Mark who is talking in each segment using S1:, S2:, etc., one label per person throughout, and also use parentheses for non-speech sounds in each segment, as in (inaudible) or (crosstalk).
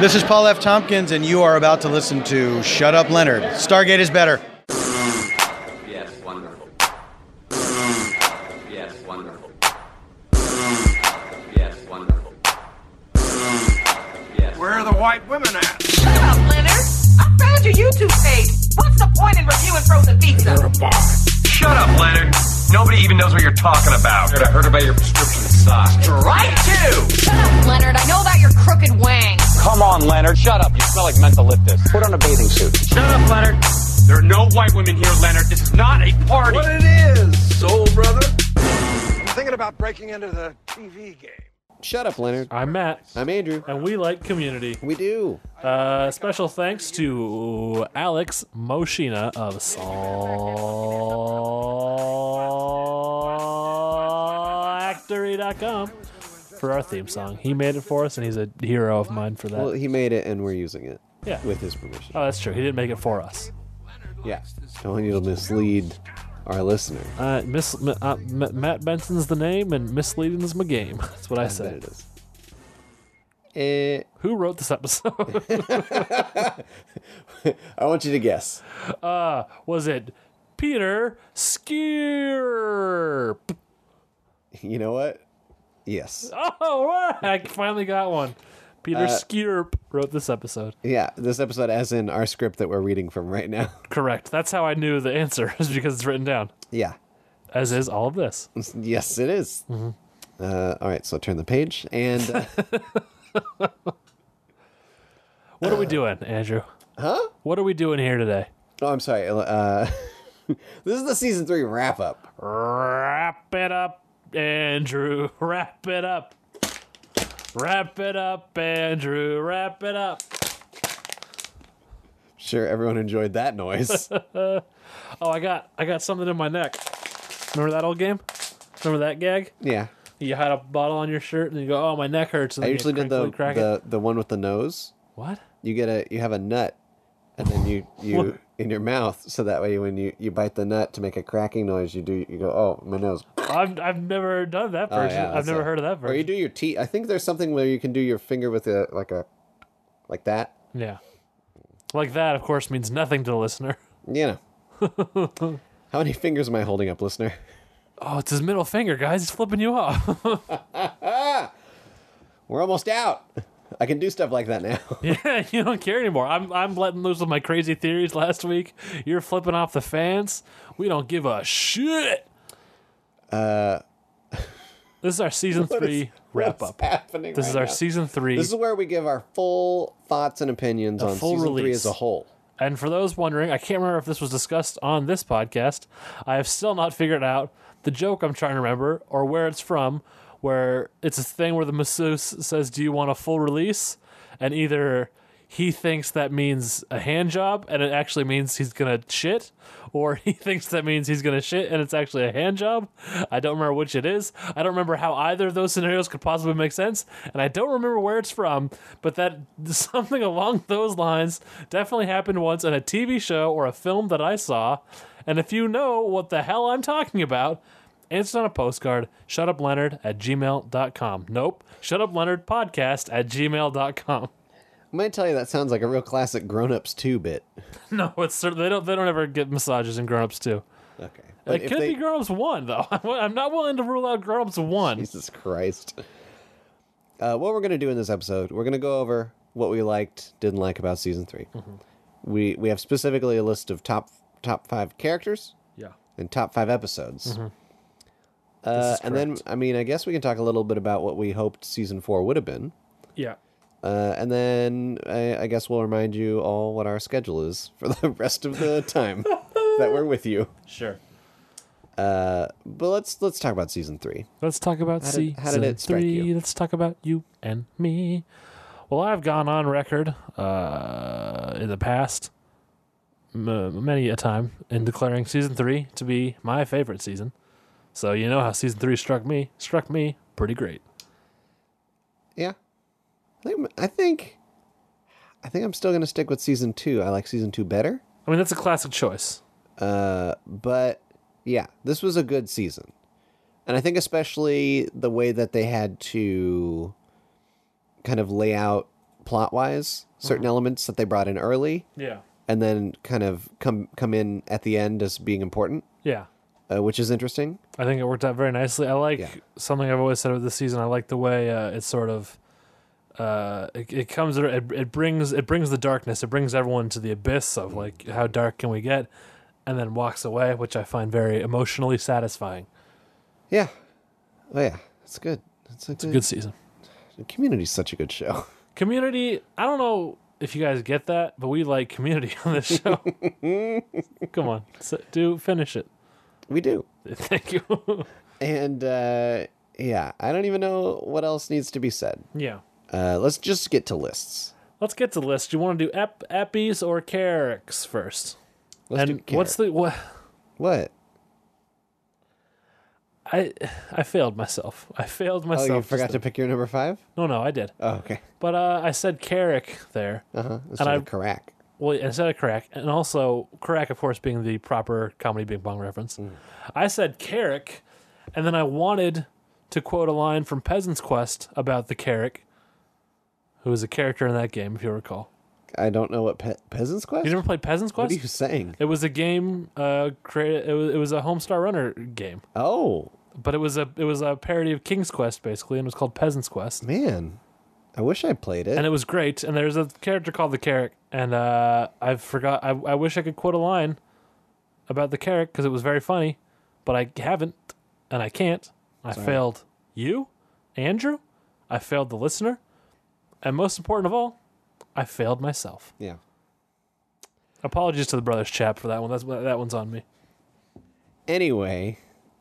S1: This is Paul F. Tompkins, and you are about to listen to Shut Up Leonard. Stargate is better.
S2: Yes, wonderful. Yes, wonderful. Yes, wonderful. Yes.
S3: Where are the white women at?
S4: Shut up, Leonard. I found your YouTube page. What's the point in reviewing frozen pizza?
S5: Shut up, Leonard. Nobody even knows what you're talking about. I heard about your prescription sock.
S3: Right to!
S4: Shut up, Leonard. I know about your crooked wang.
S5: Come on, Leonard. Shut up. You smell like mentholyptus. Put on a bathing suit. Shut up, Leonard. There are no white women here, Leonard. This is not a party.
S3: What it is, soul brother? I'm thinking about breaking into the TV game.
S6: Shut up, Leonard.
S7: I'm Matt,
S6: I'm Andrew.
S7: and we like community.
S6: We do.
S7: Uh, special thanks to Alex Moshina of Salactory.com for our theme song. He made it for us, and he's a hero of mine for that.
S6: Well, he made it, and we're using it
S7: yeah.
S6: with his permission.
S7: oh, that's true. He didn't make it for us.
S6: yeah. Don't want you to mislead our listener.
S7: Uh, Miss, M- uh, M- Matt Benson's the name, and misleading's my game. (laughs) That's what I
S6: I bet it
S7: said.
S6: is. Eh,
S7: Who wrote this episode? (laughs)
S6: I want you to guess.
S7: Was it Peter Skier?
S6: You know what?
S7: (laughs)
S6: Yes.
S7: All right, Oh, I finally got one. Peter
S6: Uh,
S7: Skierp wrote this episode.
S6: Yeah, this episode, as in our script that we're reading from right now. (laughs)
S7: Correct. That's how I knew the answer (laughs) is because it's written down.
S6: yeah.
S7: As is all of this.
S6: Yes, it is. Uh, all right, so turn the page. And uh,
S7: What are we doing, Andrew? Huh? What are we doing here today?
S6: oh, I'm sorry. Uh, (laughs) this is the season three wrap up.
S7: Wrap it up, Andrew. Wrap it up. Wrap it up, Andrew. Wrap it up.
S6: Sure, everyone enjoyed that noise.
S7: Oh, I got I got something in my neck. Remember that old game? Remember that gag?
S6: yeah.
S7: You had a bottle on your shirt and you go, "Oh, my neck hurts." And
S6: I
S7: then you
S6: usually did the,
S7: crinkly crack it.
S6: the the one with the nose.
S7: what?
S6: You get a you have a nut, and then you
S7: (laughs)
S6: you in your mouth. So that way, when you you bite the nut to make a cracking noise, you do you go oh my nose.
S7: I've, I've never done that
S6: Oh,
S7: version.
S6: yeah,
S7: I've
S6: that's
S7: never
S6: it.
S7: heard of that
S6: Or you
S7: version.
S6: do your teeth. I think there's something where you can do your finger with a like a like that.
S7: yeah. Like that, of course, means nothing to the listener. (laughs)
S6: You know. How many fingers am I holding up, listener?
S7: Oh, it's his middle finger, guys. He's flipping you off. (laughs)
S6: We're almost out. I can do stuff like that now.
S7: yeah, you don't care anymore. I'm, I'm letting loose with my crazy theories last week. You're flipping off the fans. We don't give a shit.
S6: (laughs)
S7: Uh, this is our season
S6: Uh, What is-
S7: three (laughs) wrap
S6: what's
S7: up.
S6: happening
S7: This
S6: right
S7: is our
S6: now?
S7: season three.
S6: This is where we give our full thoughts and opinions on
S7: full
S6: season three
S7: release.
S6: as a whole.
S7: And for those wondering, I can't remember if this was discussed on this podcast. I have still not figured out the joke I'm trying to remember or where it's from, where it's a thing where the masseuse says, Do you want a full release? And either he thinks that means a hand job and it actually means he's going to shit, or (laughs) he thinks that means he's going to shit and it's actually a hand job. I don't remember which it is. I don't remember how either of those scenarios could possibly make sense, and I don't remember where it's from, but that (laughs) something along those lines definitely happened once in a TV show or a film that I saw. And if you know what the hell I'm talking about, answer on a postcard, shutupleonard at gmail.com. Nope, shutupleonardpodcast at gmail.com.
S6: I might tell you that sounds like a real classic grown ups two bit.
S7: (laughs) No, it's cer- they don't they don't ever get massages in grown ups too.
S6: Okay.
S7: it could be grown ups one though. (laughs) I'm not willing to rule out grown ups
S6: (laughs)
S7: one.
S6: Jesus Christ. Uh, what we're going to do in this episode, we're going to go over what we liked, didn't like about season 3
S7: Mm-hmm.
S6: We we have specifically a list of top top five characters
S7: Yeah.
S6: and top five episodes.
S7: Mm-hmm.
S6: Uh, and then, I mean, I guess we can talk a little bit about what we hoped season four would have been.
S7: Yeah.
S6: Uh, and then I, I guess we'll remind you all what our schedule is for the (laughs) rest of the
S7: (laughs)
S6: time that we're with you.
S7: Sure.
S6: But let's let's talk about season three.
S7: Let's talk about
S6: How
S7: season
S6: did- how did it strike
S7: three.
S6: you?
S7: Let's talk about you and me. Well, I've gone on record uh, in the past m- many a time in declaring season three to be my favorite season. So you know how season three struck me. Struck me pretty great.
S6: Yeah, I think I think, I think I'm still gonna stick with season two. I like season two better,
S7: I mean, that's a classic choice.
S6: but yeah, this was a good season, and I think especially the way that they had to kind of lay out plot wise, certain elements that they brought in early
S7: Yeah.
S6: and then kind of come come in at the end as being important,
S7: Yeah.
S6: uh, which is interesting.
S7: I think it worked out very nicely. I like
S6: Yeah.
S7: something I've always said about this season. I like the way uh, it sort of uh, it, it comes. It, it brings it brings the darkness. It brings everyone to the abyss of like how dark can we get, and then walks away, which I find very emotionally satisfying.
S6: Yeah. Oh yeah, it's good. It's a good,
S7: Good season.
S6: Community's such a good show. (laughs)
S7: Community. I don't know if you guys get that, but we like Community (laughs) on this show. Come on, so, do finish it. (laughs)
S6: We do.
S7: Thank you.
S6: And uh, yeah, I don't even know what else needs to be said.
S7: yeah.
S6: Uh, let's just get to lists.
S7: Let's get to the list. You want to do ep- Eppies or Carricks first?
S6: Let's
S7: and
S6: do
S7: what's
S6: Carrick.
S7: the what?
S6: what?
S7: I I failed myself. I failed
S6: Oh,
S7: myself.
S6: you forgot to pick your number five.
S7: No, no, I did.
S6: Oh, okay.
S7: But uh, I said Carrick there.
S6: Uh-huh. Let's
S7: And
S6: do
S7: I-
S6: the Karak.
S7: Well, instead of Crack, and also Crack, of course, being the proper comedy Bing Bong reference.
S6: Mm.
S7: I said Carrick, and then I wanted to quote a line from Peasant's Quest about the Carrick, who is a character in that game, if you recall.
S6: I don't know what pe- Peasants Quest.
S7: You never played Peasant's Quest?
S6: what are you saying?
S7: It was a game uh, created. It was, it was a Homestar Runner game,
S6: Oh
S7: but it was a it was a parody of King's Quest basically, and it was called Peasant's Quest.
S6: man, I wish I played it.
S7: and it was great. And there's a character called the Carrick, and uh, I forgot. I, I wish I could quote a line about the Carrick because it was very funny, but I haven't, and I can't. I failed you, Andrew. I failed the listener, and most important of all, I failed myself.
S6: yeah.
S7: Apologies to the brothers chap for that one. That's that one's on me.
S6: Anyway,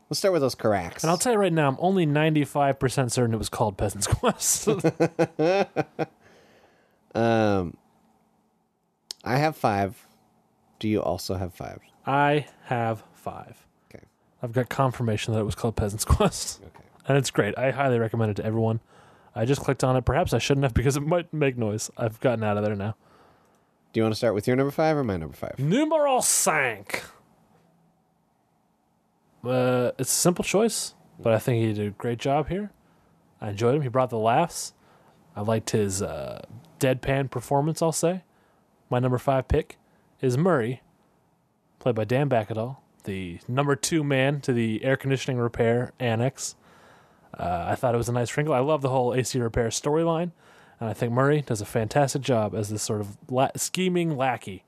S6: let's start with those Karaks.
S7: And I'll tell you right now, I'm only 95 percent certain it was called Peasant's Quest.
S6: Um, I have five. Do you also have five?
S7: I have five.
S6: Okay.
S7: I've got confirmation that it was called Peasant's Quest. Okay. And it's great. I highly recommend it to everyone. I just clicked on it. Perhaps I shouldn't have because it might make noise. I've gotten out of there now.
S6: Do you want to start with your number five or my number five?
S7: Numeral sank. Uh, it's a simple choice, but I think he did a great job here. I enjoyed him. He brought the laughs. I liked his uh, deadpan performance, I'll say. My number five pick is Murray, played by Dan Bacadol, the number two man to the air conditioning repair annex. Uh, I thought it was a nice wrinkle. I love the whole AC repair storyline, and I think Murray does a fantastic job as this sort of la- scheming lackey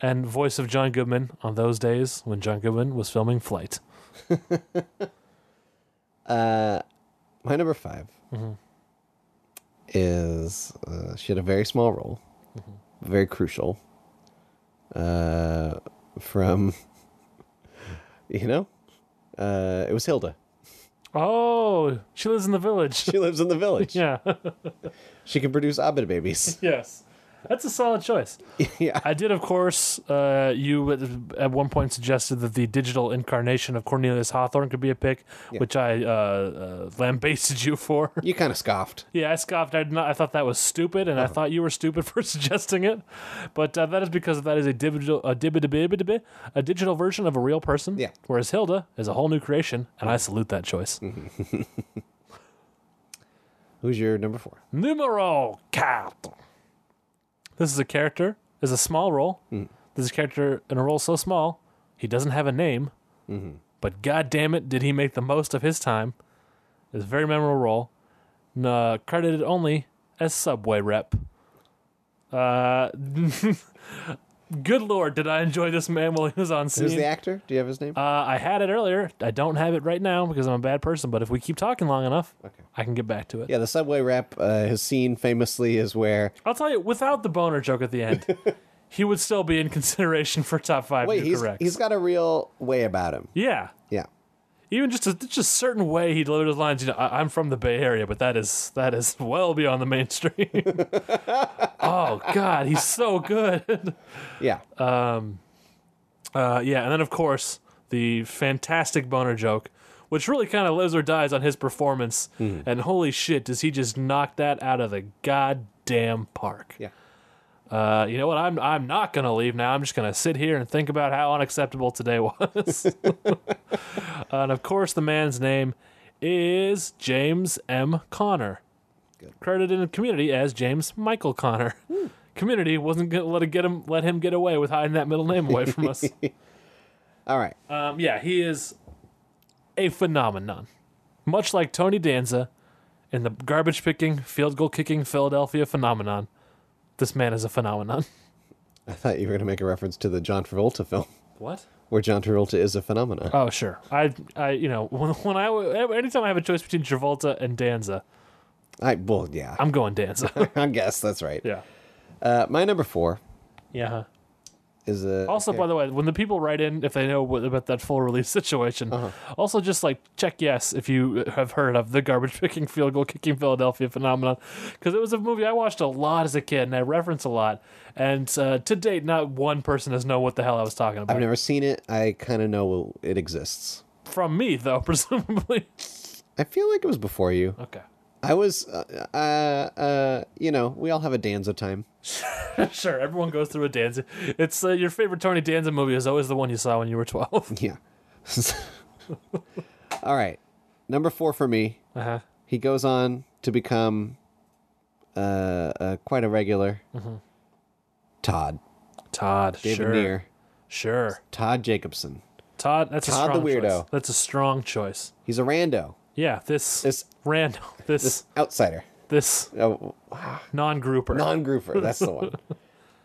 S7: and voice of John Goodman on those days when John Goodman was filming Flight.
S6: My number 5
S7: Mm-hmm.
S6: is uh, she had a very small role,
S7: Mm-hmm.
S6: very crucial. Uh, from (laughs) you know, uh, it was Hilda. (laughs)
S7: Oh, she lives in the village. (laughs)
S6: She lives in the village.
S7: yeah.
S6: She can produce Abed babies.
S7: yes. That's a solid choice.
S6: yeah.
S7: I did, of course. Uh, you at- at one point suggested that the digital incarnation of Cornelius Hawthorne could be a pick, which I uh, uh, lambasted you for. (laughs)
S6: You kind of scoffed.
S7: Yeah, I scoffed. I, did not, I thought that was stupid, and I thought you were stupid (laughs) for suggesting it. But uh, that is because that is a digital, a, dibba-dibba-dibba-dibba, a digital version of a real person.
S6: Yeah.
S7: Whereas Hilda is a whole new creation, and I salute that choice.
S6: Who's your number four?
S7: Numero quatre. This is a character. Is a small role. This is a character in a role so small he doesn't have a name. But god damn it, did he make the most of his time? It's a very memorable role. n- uh, credited only as subway rep. Uh, (laughs) good lord, did I enjoy this man while he was on scene?
S6: Who's the actor? Do you have his name?
S7: Uh, I had it earlier. I don't have it right now because I'm a bad person. But if we keep talking long enough, I can get back to it.
S6: yeah, the subway rep. Uh, his scene famously is where
S7: I'll tell you, without the boner joke at the
S6: (laughs)
S7: end, he would still be in consideration for top five.
S6: wait
S7: new
S6: he's
S7: corrects.
S6: he's got a real way about him.
S7: yeah,
S6: Yeah.
S7: even just a, just a certain way he delivered his lines. You know, I, I'm from the Bay Area, but that is that is well beyond
S6: (laughs)
S7: the mainstream. oh God, he's so good. (laughs)
S6: Yeah.
S7: Uh, yeah, and then of course the fantastic boner joke, which really kind of lives or dies on his performance.
S6: Hmm.
S7: And holy shit, does he just knock that out of the goddamn park?
S6: Yeah.
S7: Uh, you know what? I'm I'm not gonna leave now. I'm just gonna sit here and think about how unacceptable today (laughs) was. and of course, the man's name is James M. Connor,
S6: good. Hmm.
S7: credited in Community as James Michael Connor. Community wasn't gonna let it get him let him get away with hiding that middle name away from
S6: (laughs)
S7: us.
S6: All right.
S7: Um, yeah, he is a phenomenon, much like Tony Danza in the garbage picking, field goal kicking Philadelphia phenomenon. This man is a phenomenon.
S6: I thought you were going to make a reference to the John Travolta film
S7: What?
S6: where John Travolta is a phenomenon.
S7: Oh, sure. I, I, you know, when, when I, anytime I have a choice between Travolta and Danza,
S6: I well, yeah.
S7: I'm going (laughs) Danza.
S6: I guess that's right.
S7: yeah.
S6: Uh, my number four
S7: Yeah.
S6: is a
S7: Also, by the way, when the people write in, if they know what, about that full release (laughs) situation,
S6: Uh-huh.
S7: also just like check yes if you have heard of the garbage (laughs) picking field goal kicking Philadelphia phenomenon, because it was a movie I watched a lot as a kid and I reference a lot, and uh, to date, not one person has known what the hell I was talking about.
S6: I've never seen it. I kind of know it exists.
S7: From me though, (laughs) presumably.
S6: I feel like it was before you.
S7: okay. (laughs)
S6: I was, uh, uh, uh, you know, we all have a Danza time. (laughs)
S7: Sure, everyone goes through a Danza. It's uh, your favorite Tony Danza movie is always the one you saw when you were (laughs) twelve.
S6: Yeah. (laughs) all right. Number four for me.
S7: Uh-huh.
S6: He goes on to become uh, uh, quite a regular. Todd.
S7: Todd,
S6: David
S7: sure,
S6: Neer.
S7: sure.
S6: Todd Jacobson.
S7: Todd, that's
S6: Todd
S7: a
S6: the
S7: strong
S6: weirdo.
S7: Choice. That's a strong choice.
S6: He's a rando.
S7: Yeah, this
S6: This-
S7: this random this this,
S6: This outsider. Oh,
S7: non-grouper.
S6: non grouper. That's the one.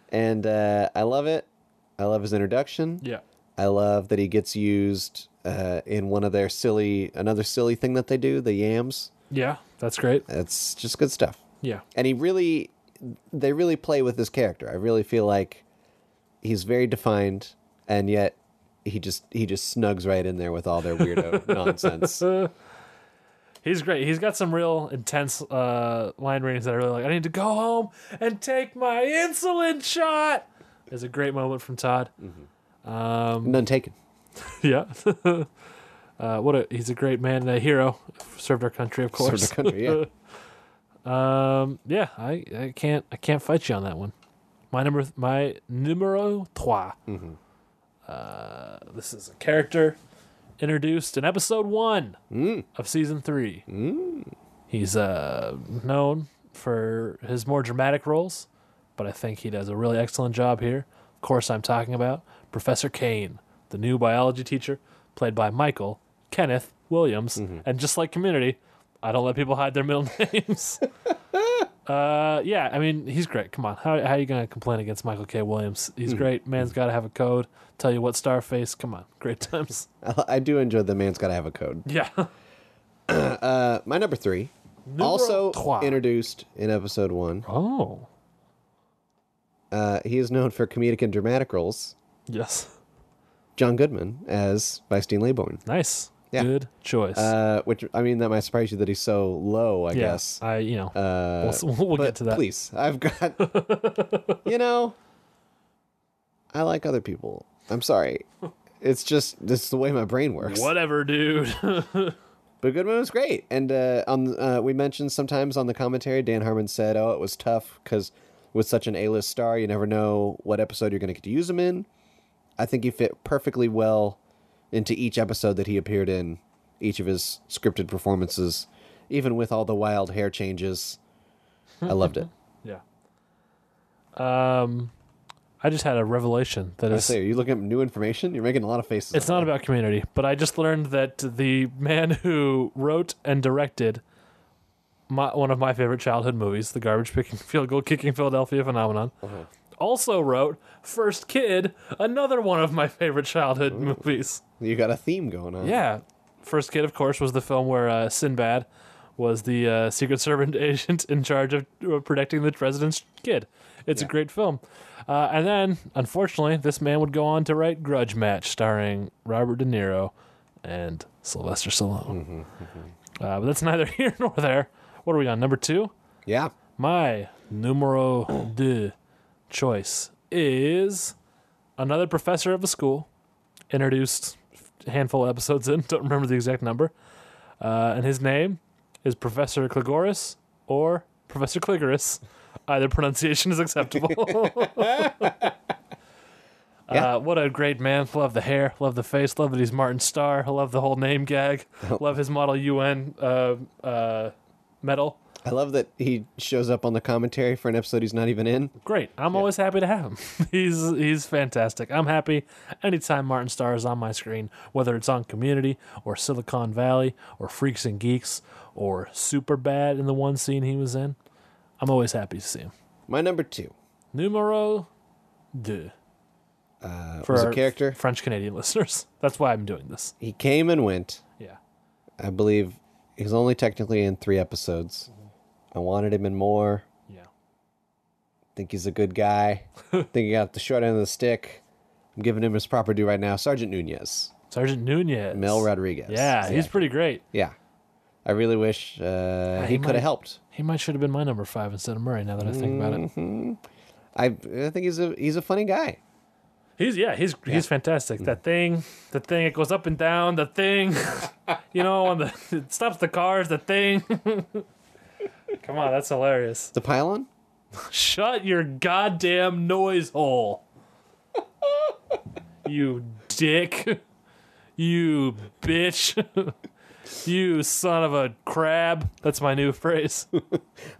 S6: And uh, I love it. I love his introduction.
S7: yeah.
S6: I love that he gets used uh, in one of their silly, another silly thing that they do, the yams.
S7: Yeah, that's great.
S6: It's just good stuff.
S7: Yeah.
S6: And he really, they really play with his character. I really feel like he's very defined, and yet he just he just snugs right in there with all their weirdo nonsense.
S7: He's great. He's got some real intense uh, line readings that I really like. I need to go home and take my insulin shot. Is a great moment from Todd.
S6: None taken.
S7: (laughs) Yeah. uh, what a he's a great man and a hero. Served our country, of
S6: Sort
S7: course.
S6: of country, yeah.
S7: (laughs) Um, yeah, I, I can't I can't fight you on that one. My number my numero 3 Uh, this is a character introduced in episode one of season three. He's uh known for his more dramatic roles, but I think he does a really excellent job here. Of course, I'm talking about Professor Kane, the new biology teacher, played by Michael Kenneth Williams.
S6: Mm-hmm.
S7: And just like Community, I don't let people hide their middle (laughs) names. uh, yeah, I mean, he's great. Come on. How, how are you going to complain against Michael K. Williams? He's
S6: Mm-hmm.
S7: great. Man's got to have a code. Tell you what, Starface. Come on.
S6: (laughs)
S7: Great times.
S6: I, I do enjoy the man's got to have a code.
S7: yeah.
S6: Uh, my number three, also
S7: trois.
S6: introduced in episode one.
S7: Oh.
S6: Uh, he is known for comedic and dramatic roles.
S7: Yes.
S6: John Goodman as by Steen Leiborn,
S7: Nice.
S6: Yeah.
S7: Good choice.
S6: uh, which I mean that might surprise you that he's so low. I
S7: Yeah,
S6: guess.
S7: I, you know,
S6: Uh,
S7: we'll, we'll
S6: but
S7: get to that.
S6: Please, I've got.
S7: (laughs)
S6: you know, I like other people. I'm sorry. It's just this is the way my brain works.
S7: Whatever, dude. (laughs)
S6: But Goodman was great, and uh, on uh, we mentioned sometimes on the commentary, Dan Harmon said, "Oh, it was tough because with such an A-list star, you never know what episode you're going to get to use him in." I think he fit perfectly well into each episode that he appeared in, each of his scripted performances, even with all the wild hair changes. I loved
S7: (laughs)
S6: it.
S7: yeah. Um, I just had a revelation that
S6: I
S7: is.
S6: say, are you looking up new information? You're making a lot of faces.
S7: It's not about community, but I just learned that the man who wrote and directed my, one of my favorite childhood movies, the garbage picking field goal kicking Philadelphia phenomenon, also wrote First Kid, another one of my favorite childhood movies.
S6: You got a theme going on.
S7: Yeah. First Kid, of course, was the film where uh, Sinbad was the uh, Secret Servant (laughs) agent in charge of uh, protecting the president's kid. It's a great film. Uh, and then, unfortunately, this man would go on to write Grudge Match, starring Robert De Niro and Sylvester Stallone. Uh, but that's neither (laughs) here nor there. What are we on? Number two?
S6: Yeah.
S7: My numero deux choice is another professor of a school, introduced a handful of episodes in, (laughs) don't remember the exact number. Uh, and his name is Professor Cligoris or Professor Cligoris. Either pronunciation is acceptable. Uh, what a great man. Love the hair, love the face, love that he's Martin Starr, love the whole name gag, love his Model UN uh, uh, medal.
S6: I love that he shows up on the commentary for an episode he's not even in.
S7: Great. I'm always happy to have him. (laughs) he's he's fantastic. I'm happy anytime Martin Starr is on my screen, whether it's on Community or Silicon Valley or Freaks and Geeks or Super Bad in the one scene he was in. I'm always happy to see him.
S6: My number two
S7: Numero deux. For
S6: Uh, was a
S7: our
S6: character.
S7: French Canadian (laughs) listeners. That's why I'm doing this.
S6: He came and went.
S7: Yeah.
S6: I believe he's only technically in three episodes. I wanted him in more.
S7: Yeah.
S6: Think he's a good
S7: (laughs)
S6: guy. Think he got the short end of the stick. I'm giving him his proper due right now. Sergeant Nunez,
S7: Sergeant Nunez.
S6: Mel Rodriguez.
S7: Yeah, he's pretty great.
S6: Yeah. I really wish uh,
S7: he
S6: he could
S7: might-
S6: have helped.
S7: He might should have been my number five instead of Murray. Now that I think about
S6: Mm,
S7: it,
S6: I I think he's a he's a funny guy.
S7: he's yeah, he's he's fantastic. That thing, the thing, it goes up and down. The thing, (laughs) you know, on the it stops the cars. The thing. (laughs) Come on, that's hilarious.
S6: The pylon?
S7: Shut your goddamn noise hole. (laughs) you dick. (laughs) You bitch. (laughs) you son of a crab. That's my new phrase.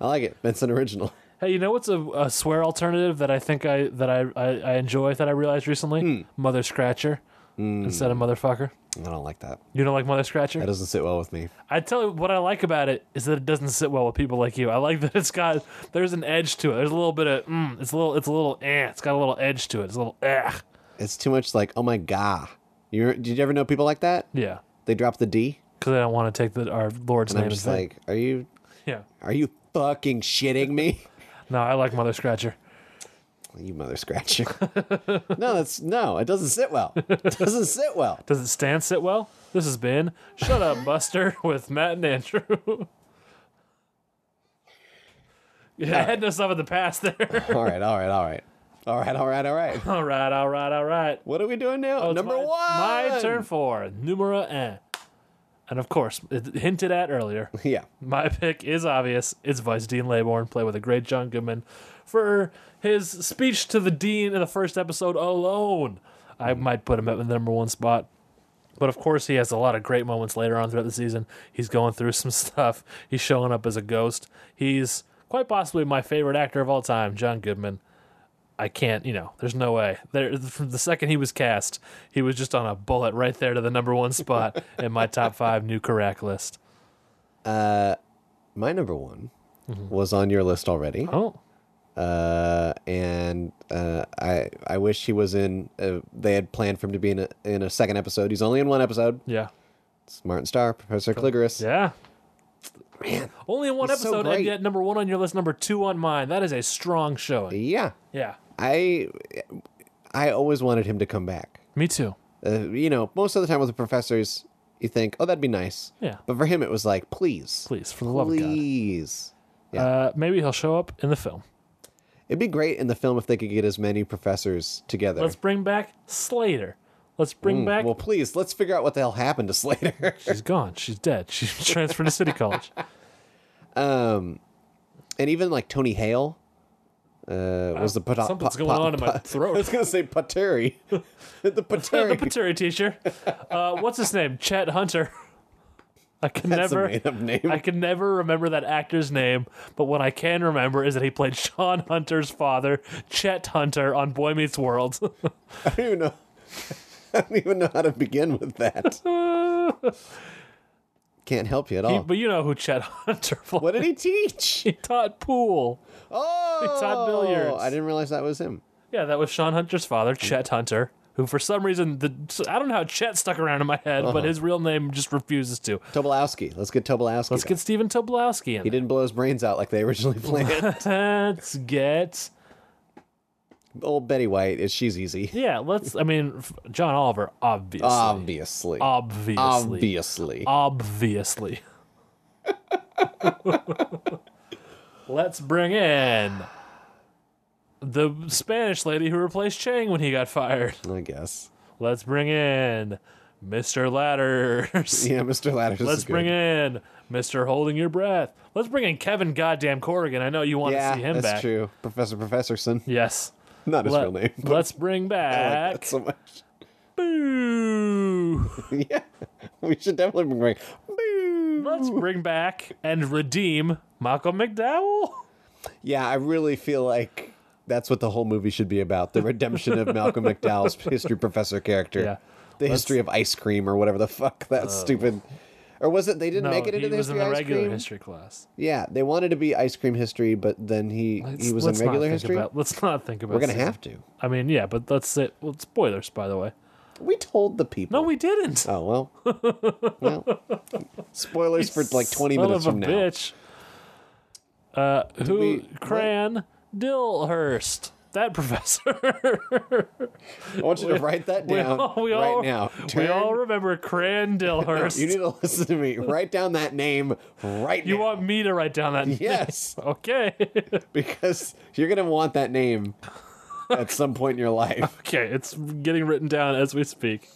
S6: I like it. That's an original. (laughs)
S7: Hey, you know what's a, a swear alternative that I think I that I, I, I enjoy that I realized recently?
S6: Hmm.
S7: Mother Scratcher instead of motherfucker.
S6: I don't like that.
S7: You don't like Mother Scratcher?
S6: Hmm. That doesn't sit well with me.
S7: I tell you what I like about it is that it doesn't sit well with people like you. I like (laughs) that it's got there's an edge to it. There's a little bit of mm, it's a little it's a little eh. It's got a little edge to it. It's a little eh.
S6: It's too much like, oh my god. You did you ever know people like that?
S7: Yeah,
S6: They drop the D.
S7: because I don't want to take the our Lord's
S6: And
S7: name.
S6: I'm
S7: in
S6: just
S7: vain.
S6: like, are you
S7: yeah.
S6: are you fucking shitting me? (laughs)
S7: No, I like Mother Scratcher.
S6: you mother scratcher. no, that's no, it doesn't sit well. It doesn't sit well.
S7: Does it stand sit well? This has been Shut Up Buster (laughs) with Matt and Andrew. (laughs) yeah, I had no stuff in the past there. (laughs)
S6: All right, all right, all right. All right, all right, all right.
S7: all right, all right, all right.
S6: What are we doing now?
S7: Oh, it's
S6: Number
S7: my,
S6: one.
S7: My turn for numero un. And of course, it hinted at earlier.
S6: Yeah.
S7: My (laughs) pick is obvious. It's Vice Dean Laybourne, played with a great John Goodman, for his speech to the dean in the first episode alone. I might put him at the number one spot. But of course, he has a lot of great moments later on throughout the season. He's going through (laughs) some stuff. He's showing up as a ghost. He's quite possibly my favorite actor of all time, John Goodman. I can't, you know, there's no way. There, (laughs) from the second he was cast, he was just on a bullet right there to the number one spot in my top five new Karak list.
S6: My number one was on your list already.
S7: Mm-hmm. Oh,
S6: Uh, and uh, I I wish he was in. Uh, they had planned for him to be in a, in a second episode. He's only in one episode.
S7: yeah.
S6: It's Martin Starr, Professor Cligorous.
S7: Yeah. Only in one
S6: he's so
S7: episode, and
S6: great.
S7: yet number one on your list, number two on mine. That is a strong showing.
S6: yeah.
S7: Yeah.
S6: I I always wanted him to come back.
S7: Me too.
S6: Uh, you know, most of the time with the professors, you think, oh, that'd be nice.
S7: Yeah.
S6: But for him, it was like, please,
S7: Please, for the love of God.
S6: please.
S7: Uh, maybe he'll show up in the film.
S6: It'd be great in the film if they could get as many professors together.
S7: Let's bring back Slater. Let's bring back.
S6: Mm, well, please, let's figure out what the hell happened to Slater. (laughs)
S7: she's gone. She's dead. She (laughs) transferred to City College.
S6: Um, and even like Tony Hale uh, was the pot-
S7: something's
S6: pot-
S7: going
S6: pot-
S7: on in my
S6: pot- (laughs)
S7: throat.
S6: I was gonna say Paturi, (laughs) the
S7: (laughs) the
S6: Paturi.
S7: Paturi teacher. Uh, what's his name? Chet Hunter. (laughs) I
S6: (laughs)
S7: can
S6: That's
S7: never.
S6: a
S7: (laughs)
S6: made-up name.
S7: I can never remember that actor's name, but what I can remember is that he played Sean Hunter's father, Chet Hunter, on Boy Meets World. (laughs)
S6: I don't even know. (laughs) I don't even know how to begin with
S7: (laughs)
S6: that. Can't help you at all.
S7: But you know who Chet Hunter (laughs) was.
S6: what did he teach?
S7: (laughs) He taught pool.
S6: Oh,
S7: taught billiards.
S6: I didn't realize that was him.
S7: Yeah, that was Sean Hunter's father, Chet Hunter, who for some reason the I don't know how Chet stuck around in my head, but
S6: Uh-huh.
S7: his real name just refuses to.
S6: Tobolowski. Let's get Tobolowski.
S7: Let's get Steven Tobolowsky in.
S6: He didn't blow his brains out like they
S7: (laughs)
S6: originally planned.
S7: Let's get
S6: Old Betty White. is She's easy.
S7: yeah. Let's. I mean, f- John Oliver, obviously,
S6: Obviously.
S7: obviously,
S6: Um, Obviously.
S7: obviously. (laughs) Let's bring in the Spanish lady who replaced Chang when he got fired.
S6: I guess.
S7: Let's bring in Mr. Ladders.
S6: Yeah, (laughs) Mr. Ladders.
S7: Let's
S6: is good.
S7: bring in Mr. Holding Your Breath. Let's bring in Kevin Goddamn Corrigan. I know you want
S6: Yeah,
S7: to see him
S6: that's
S7: back.
S6: true. Professor Professorson. (laughs)
S7: Yes.
S6: Not his
S7: Let-
S6: real name. (laughs) but
S7: Let's bring
S6: I like
S7: back
S6: that so much. (laughs)
S7: Boo.
S6: yeah, we should definitely bring. Boo.
S7: Let's bring back and redeem Malcolm McDowell?
S6: Yeah, I really feel like that's what the whole movie should be about the redemption of Malcolm McDowell's
S7: (laughs)
S6: history professor character.
S7: Yeah. Oh.
S6: The history of ice cream or whatever the fuck that stupid. Or was it they didn't
S7: No,
S6: make it into
S7: he
S6: the
S7: was in
S6: history
S7: the
S6: of ice
S7: regular
S6: cream?
S7: history class.
S6: Yeah, they wanted to be ice cream history, but then he he was in
S7: not
S6: regular
S7: think
S6: history.
S7: About, let's not think about.
S6: We're gonna
S7: Sam.
S6: have to.
S7: I mean, yeah, but let's say well, it's spoilers, by the way.
S6: We told the people.
S7: No, we didn't.
S6: Oh well. well.
S7: (laughs)
S6: Spoilers for like twenty
S7: Son
S6: minutes
S7: of
S6: from now.
S7: a bitch. Uh, who
S6: we-
S7: Cran Dillhurst? That professor. (laughs)
S6: I want you to write that
S7: we
S6: down
S7: all, we
S6: right
S7: all,
S6: now.
S7: we
S6: Turn-
S7: all remember Cran
S6: (laughs)
S7: Dillhurst.
S6: you need to listen to me. Write down that name right
S7: You
S6: now.
S7: want me to write down that?
S6: (laughs) yes,
S7: (laughs) Okay.
S6: because you're gonna want that name at some point in your life.
S7: okay. It's getting written down as we speak.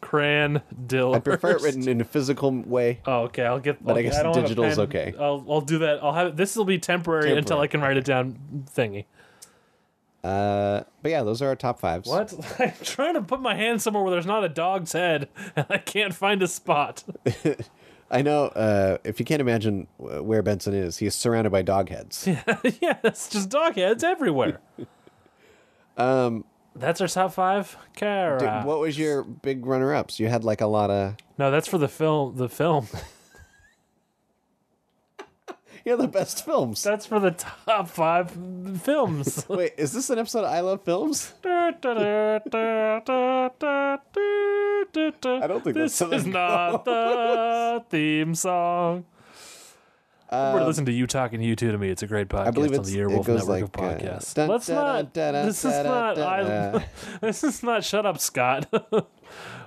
S7: Cran Dillhurst.
S6: I prefer it written in a physical way.
S7: Oh, okay. I'll get.
S6: But I
S7: okay,
S6: guess
S7: don't have a
S6: digital is
S7: pen.
S6: okay.
S7: I'll, I'll do that. I'll have this will be temporary, until I
S6: Temporary,
S7: can write it down. Thingy.
S6: Uh, but yeah, those are our top fives.
S7: What? (laughs) I'm trying to put my hand somewhere where there's not a dog's head, (laughs) and I can't find a spot. (laughs)
S6: I know. Uh, if you can't imagine uh, where Benson is, he's surrounded by dog heads.
S7: (laughs) yeah, it's just dog heads
S6: (laughs)
S7: everywhere. um, that's our top five. Kara.
S6: Um, Dude, what was your big runner-ups? You had like a lot of.
S7: No, that's for the film.
S6: (laughs)
S7: The film.
S6: You're the best films.
S7: That's for the top five films.
S6: Wait, is this an episode of I Love Films?
S7: I
S6: don't think
S7: this
S6: that's how
S7: is
S6: that
S7: not the theme song. We're listening to you talking you two to me. It's a great podcast
S6: Um, believe
S7: on the
S6: it's- it
S7: Earwolf
S6: goes
S7: Network of
S6: like, uh,
S7: podcasts.
S6: dun,
S7: Let's
S6: da-da,
S7: not.
S6: da-da,
S7: This is
S6: da-da,
S7: not.
S6: da-da.
S7: I, (laughs) this is not. Shut up, Scott. (laughs)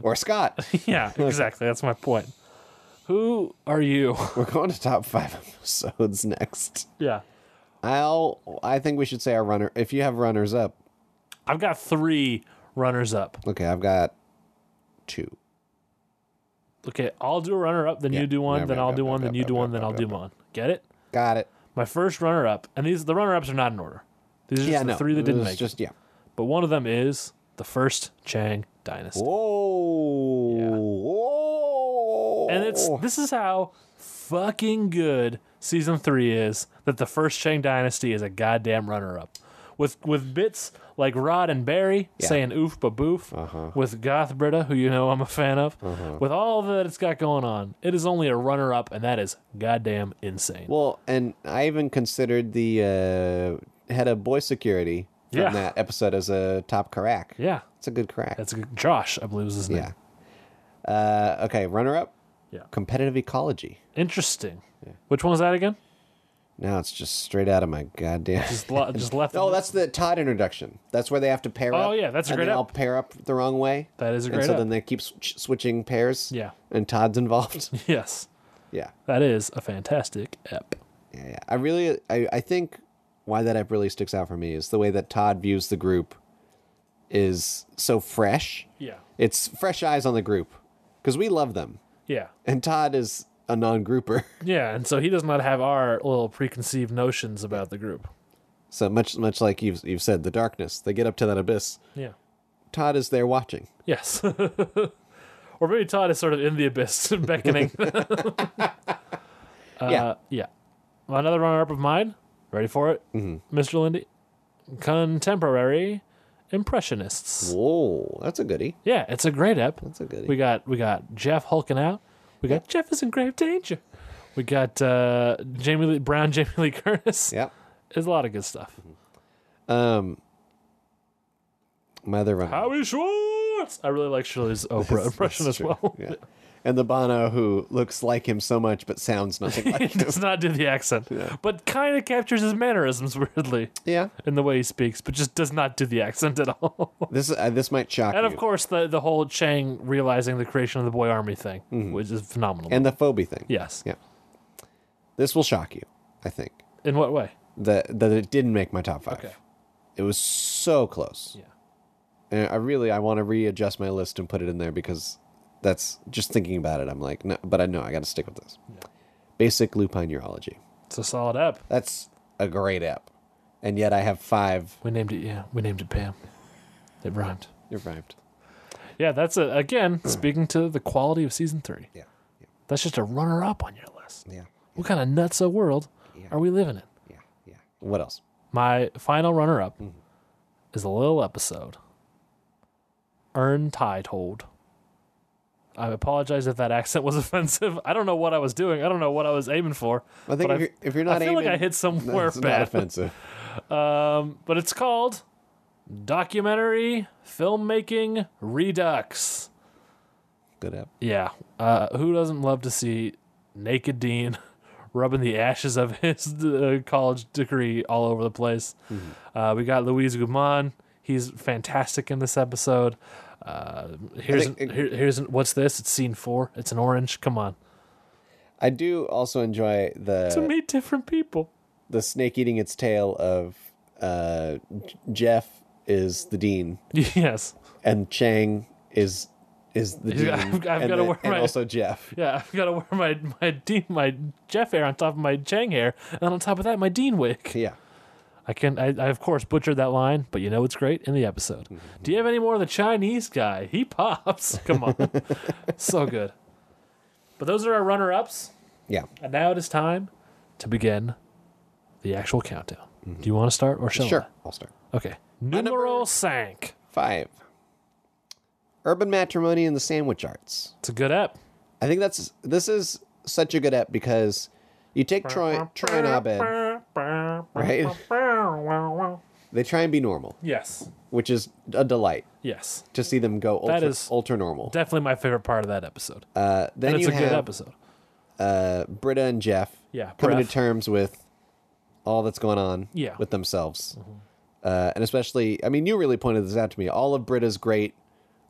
S6: Or Scott? (laughs)
S7: yeah, exactly. That's my point. Who
S6: (laughs)
S7: are you?
S6: We're going to top five episodes next.
S7: yeah,
S6: I'll. I think we should say our runner. If you have runners up,
S7: I've got three runners up.
S6: okay, I've got two.
S7: Okay, I'll do a runner up, then
S6: Yeah.
S7: you do one,
S6: Yep,
S7: then
S6: yep,
S7: I'll
S6: yep,
S7: do
S6: yep,
S7: one, then
S6: yep,
S7: you do
S6: yep,
S7: one,
S6: yep,
S7: then I'll
S6: yep,
S7: do
S6: yep.
S7: one. Get it?
S6: Got it.
S7: my first runner up, and these the runner ups are not in order. These are just
S6: yeah,
S7: the
S6: no,
S7: three that didn't
S6: it's
S7: make. it.
S6: Just yeah.
S7: But one of them is the first Chang dynasty,
S6: Whoa. Whoa.
S7: and it's this is how fucking good season three is. That the first Chang dynasty is a goddamn runner up, with with bits like Rod and Barry
S6: Yeah. Uh-huh.
S7: saying oof ba boof, with Goth Britta, who you know I'm a fan of, with all that it's got going on, it is only a runner up, and that is goddamn insane.
S6: Well, and I even considered the uh, head of boy security from
S7: Yeah.
S6: that episode as a top crack.
S7: yeah,
S6: It's a good crack.
S7: that's a good, Josh, I believe is his name.
S6: yeah. Uh, okay, runner up.
S7: Yeah.
S6: Competitive ecology.
S7: Interesting. Which one was that again?
S6: Now it's just straight out of my goddamn.
S7: Just, (laughs) lo- just
S6: (laughs)
S7: left.
S6: Oh, that's the Todd introduction. That's where they have to pair up.
S7: Oh, yeah, that's a
S6: and
S7: great
S6: they
S7: up.
S6: all pair up the wrong way.
S7: That is a
S6: And
S7: great
S6: so
S7: up.
S6: then they keep switch- switching pairs.
S7: Yeah. (laughs)
S6: And Todd's involved.
S7: yes.
S6: yeah.
S7: That is a fantastic ep.
S6: Yeah, yeah. I really, I, I think why that app really sticks out for me is the way that Todd views the group is so fresh.
S7: Yeah.
S6: It's fresh eyes on the group because we love them,
S7: Yeah.
S6: and Todd is a non-grouper, (laughs)
S7: Yeah. And so he does not have our little preconceived notions about the group.
S6: so much, much like you've you've said, the darkness. They get up to that abyss.
S7: Yeah.
S6: Todd is there watching.
S7: Yes. (laughs) or maybe Todd is sort of in the abyss, (laughs) beckoning.
S6: yeah,
S7: Uh, yeah. Another runner up of mine. Ready for it? Mm-hmm. Mr. Lindy? Contemporary Impressionists.
S6: whoa, that's a goodie.
S7: Yeah, it's a great ep.
S6: That's a goodie.
S7: We got we got Jeff hulking out. We got Jeff is in grave danger. We got uh, Jamie Lee Brown, (laughs) Jamie Lee Curtis.
S6: Yep.
S7: There's a lot of good stuff.
S6: Mm-hmm. Um, my other runner.
S7: Howie Schwartz. I really
S6: (laughs)
S7: like Shirley's Oprah impression as well.
S6: Yeah. And the Bono who looks like him so much but sounds nothing
S7: (laughs)
S6: like
S7: (laughs) He
S6: him.
S7: does not do the accent, but kind of captures his mannerisms (laughs) weirdly
S6: Yeah.
S7: in the way he speaks, but just does not do the accent at all. (laughs)
S6: This uh, this might shock
S7: and
S6: you.
S7: of course, the the whole Chang realizing the creation of the boy army thing, which is phenomenal.
S6: Mm-hmm. and the phobia thing.
S7: yes.
S6: Yeah. This will shock you, I think.
S7: In what way?
S6: That that it didn't make my top five.
S7: Okay.
S6: It was so close.
S7: Yeah.
S6: And I really I want to readjust my list and put it in there because that's just thinking about it. I'm like, no, but I know I got to stick with this. Basic lupine urology.
S7: It's a solid app.
S6: That's a great app, and yet I have five.
S7: We named it. Yeah, we named it Pam. It rhymed.
S6: You're rhymed.
S7: Yeah, that's a, again speaking to the quality of season three.
S6: Yeah.
S7: That's just a runner up on your list.
S6: Yeah.
S7: What kind of nuts a world Are we living it?
S6: Yeah, yeah. What else?
S7: My final runner up
S6: Mm-hmm.
S7: is a little episode. Earn Tide Hold. I apologize if that (laughs) accent was offensive. I don't know what I was doing. I don't know what I was aiming for.
S6: I think
S7: but
S6: if you're, if you're not
S7: I feel
S6: aiming,
S7: like
S6: (laughs)
S7: I hit somewhere
S6: that's not
S7: bad.
S6: offensive.
S7: Um, but it's called Documentary Filmmaking Redux.
S6: Good app.
S7: Yeah. Uh, who doesn't love to see Naked Dean (laughs) rubbing the ashes of his (laughs) uh, college degree all over the place? Uh, we got Luis Guzman. He's fantastic in this episode. Uh, here's
S6: think it-
S7: here, here's what's this? It's scene four. It's an orange. Come on.
S6: I do also enjoy the
S7: To meet different people.
S6: the snake eating its tail of uh, J- Jeff is the dean
S7: (laughs) yes.
S6: and Chang is is the
S7: He's
S6: dean.
S7: got- I've- I've
S6: and,
S7: gotta
S6: the-
S7: wear
S6: and
S7: my-
S6: also Jeff.
S7: Yeah, I've got to wear my my Dean my Jeff hair on top of my Chang hair, and on top of that my Dean wig.
S6: Yeah.
S7: I can I, I of course butchered that line, but you know it's great in the episode.
S6: Mm-hmm.
S7: Do you have any more of the Chinese guy? He pops. (laughs)
S6: (laughs)
S7: Come on, so good. But those are our runner ups,
S6: Yeah.
S7: and now it is time to begin the actual countdown. Do you want to start or shall
S6: Mm-hmm. Sure. I'll start.
S7: I? Okay.
S6: number-
S7: Numeral sank.
S6: Five. Urban matrimony and the sandwich arts.
S7: It's a good app.
S6: I think that's this is such a good app because you take Troy Troy and Abed, right? They try and be normal,
S7: Yes.
S6: which is a delight
S7: Yes.
S6: to see them go ultra,
S7: That is-
S6: ultra normal.
S7: Definitely my favorite part of that episode.
S6: Uh, then
S7: and it's
S6: you
S7: a good
S6: have
S7: episode.
S6: Britta and Jeff
S7: Yeah,
S6: coming
S7: Bref.
S6: to terms with all that's going on
S7: Yeah. Mm-hmm.
S6: with themselves. Uh, and especially, I mean, you really pointed this out to me. All of Britta's great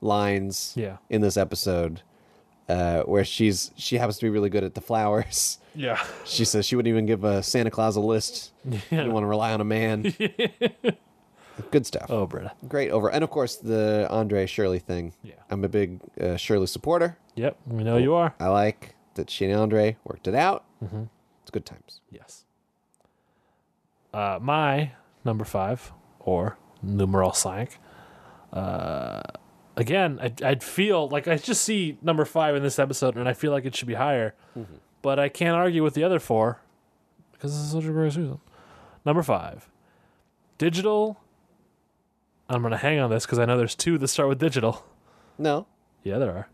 S6: lines
S7: Yeah.
S6: in this episode, uh, where she's she happens to be really good at the flowers. (laughs)
S7: Yeah.
S6: She says she wouldn't even give a Santa Claus a list. You don't want to rely on a
S7: (laughs)
S6: man. Good stuff.
S7: Oh, Britta.
S6: Great over. And of course, the Andre Shirley thing.
S7: Yeah.
S6: I'm a big uh, Shirley supporter.
S7: Yep, we know you are.
S6: I like that she and Andre worked it out.
S7: Mm-hmm.
S6: It's good times.
S7: Yes. Uh, my number five, or numeral cinq. Uh, again, I, I'd feel like I just see number five in this episode, and I feel like it should be higher, but I can't argue with the other four because this is such a great season. Number five, digital. I'm gonna hang on this because I know there's two that start with digital.
S6: No.
S7: Yeah, there are.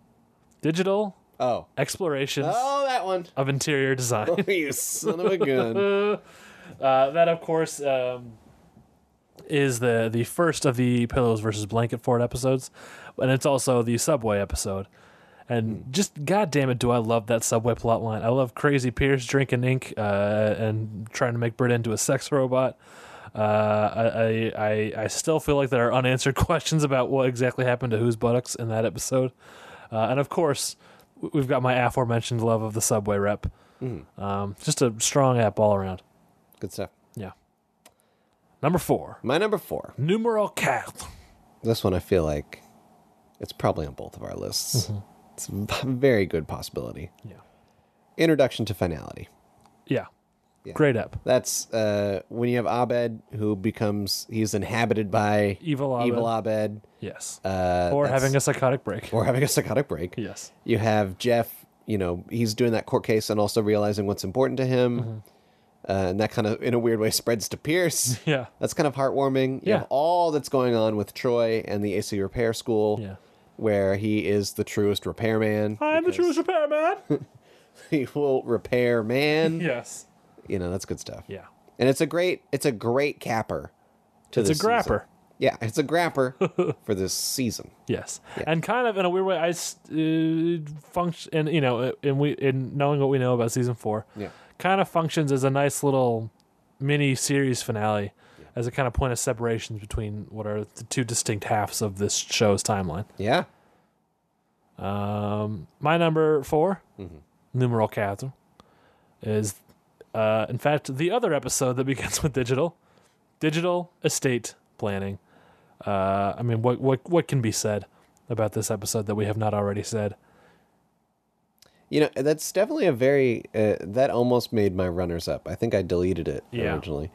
S7: Digital
S6: Oh.
S7: explorations
S6: Oh, that
S7: (laughs)
S6: one.
S7: of interior design.
S6: you son of a gun.
S7: Uh, that, of course, um, is the the first of the pillows versus blanket fort episodes, and it's also the subway episode. And just goddamn it, do I love that subway plot line? I love Crazy Pierce drinking ink uh, and trying to make Britt into a sex robot. Uh, I, I I I still feel like there are unanswered (laughs) questions about what exactly happened to whose buttocks in that episode, uh, and of course w- we've got my aforementioned love of the subway rep. Um, just a strong app all around.
S6: (laughs) Good stuff.
S7: Yeah. Number four,
S6: My number four.
S7: numeral cat.
S6: This one I feel like it's probably on both of our lists. It's a very good possibility.
S7: Mm-hmm. Yeah.
S6: Introduction to finality.
S7: Yeah. Great app.
S6: That's uh, when you have Abed who becomes he's inhabited by
S7: Evil Abed.
S6: evil Abed
S7: Yes.
S6: uh,
S7: or
S6: that's-
S7: having a psychotic break.
S6: or having a psychotic break.
S7: yes.
S6: You have Jeff, you know, he's doing that court case and also realizing what's important to him.
S7: Mm-hmm.
S6: Uh, and that kind of, in a weird way, spreads to Pierce.
S7: (laughs) Yeah.
S6: That's kind of heartwarming. You
S7: Yeah.
S6: have all that's going on with Troy and the AC repair school,
S7: Yeah.
S6: where he is the truest repairman.
S7: I'm the truest repairman.
S6: (laughs) He will repair
S7: (laughs)
S6: man.
S7: yes.
S6: You know, that's good stuff.
S7: Yeah.
S6: And it's a great, it's a great capper to
S7: It's
S6: this
S7: a
S6: season.
S7: grapper.
S6: Yeah, it's a
S7: (laughs)
S6: grapper for this season.
S7: Yes. And kind of in a weird way, I s- uh, function, and you know, uh, and we, in knowing what we know about season four,
S6: Yeah.
S7: kind of functions as a nice little mini series finale, as a kind of point of separation between what are the two distinct halves of this show's timeline.
S6: Yeah.
S7: Um, my number 4 numeral capital, is, uh, in fact, the other episode that (laughs) begins with digital, digital estate planning. Uh, I mean, what what what can be said about this episode that we have not already said?
S6: You know, that's definitely a very uh, that almost made my runners up. I think I deleted it
S7: Yeah.
S6: originally,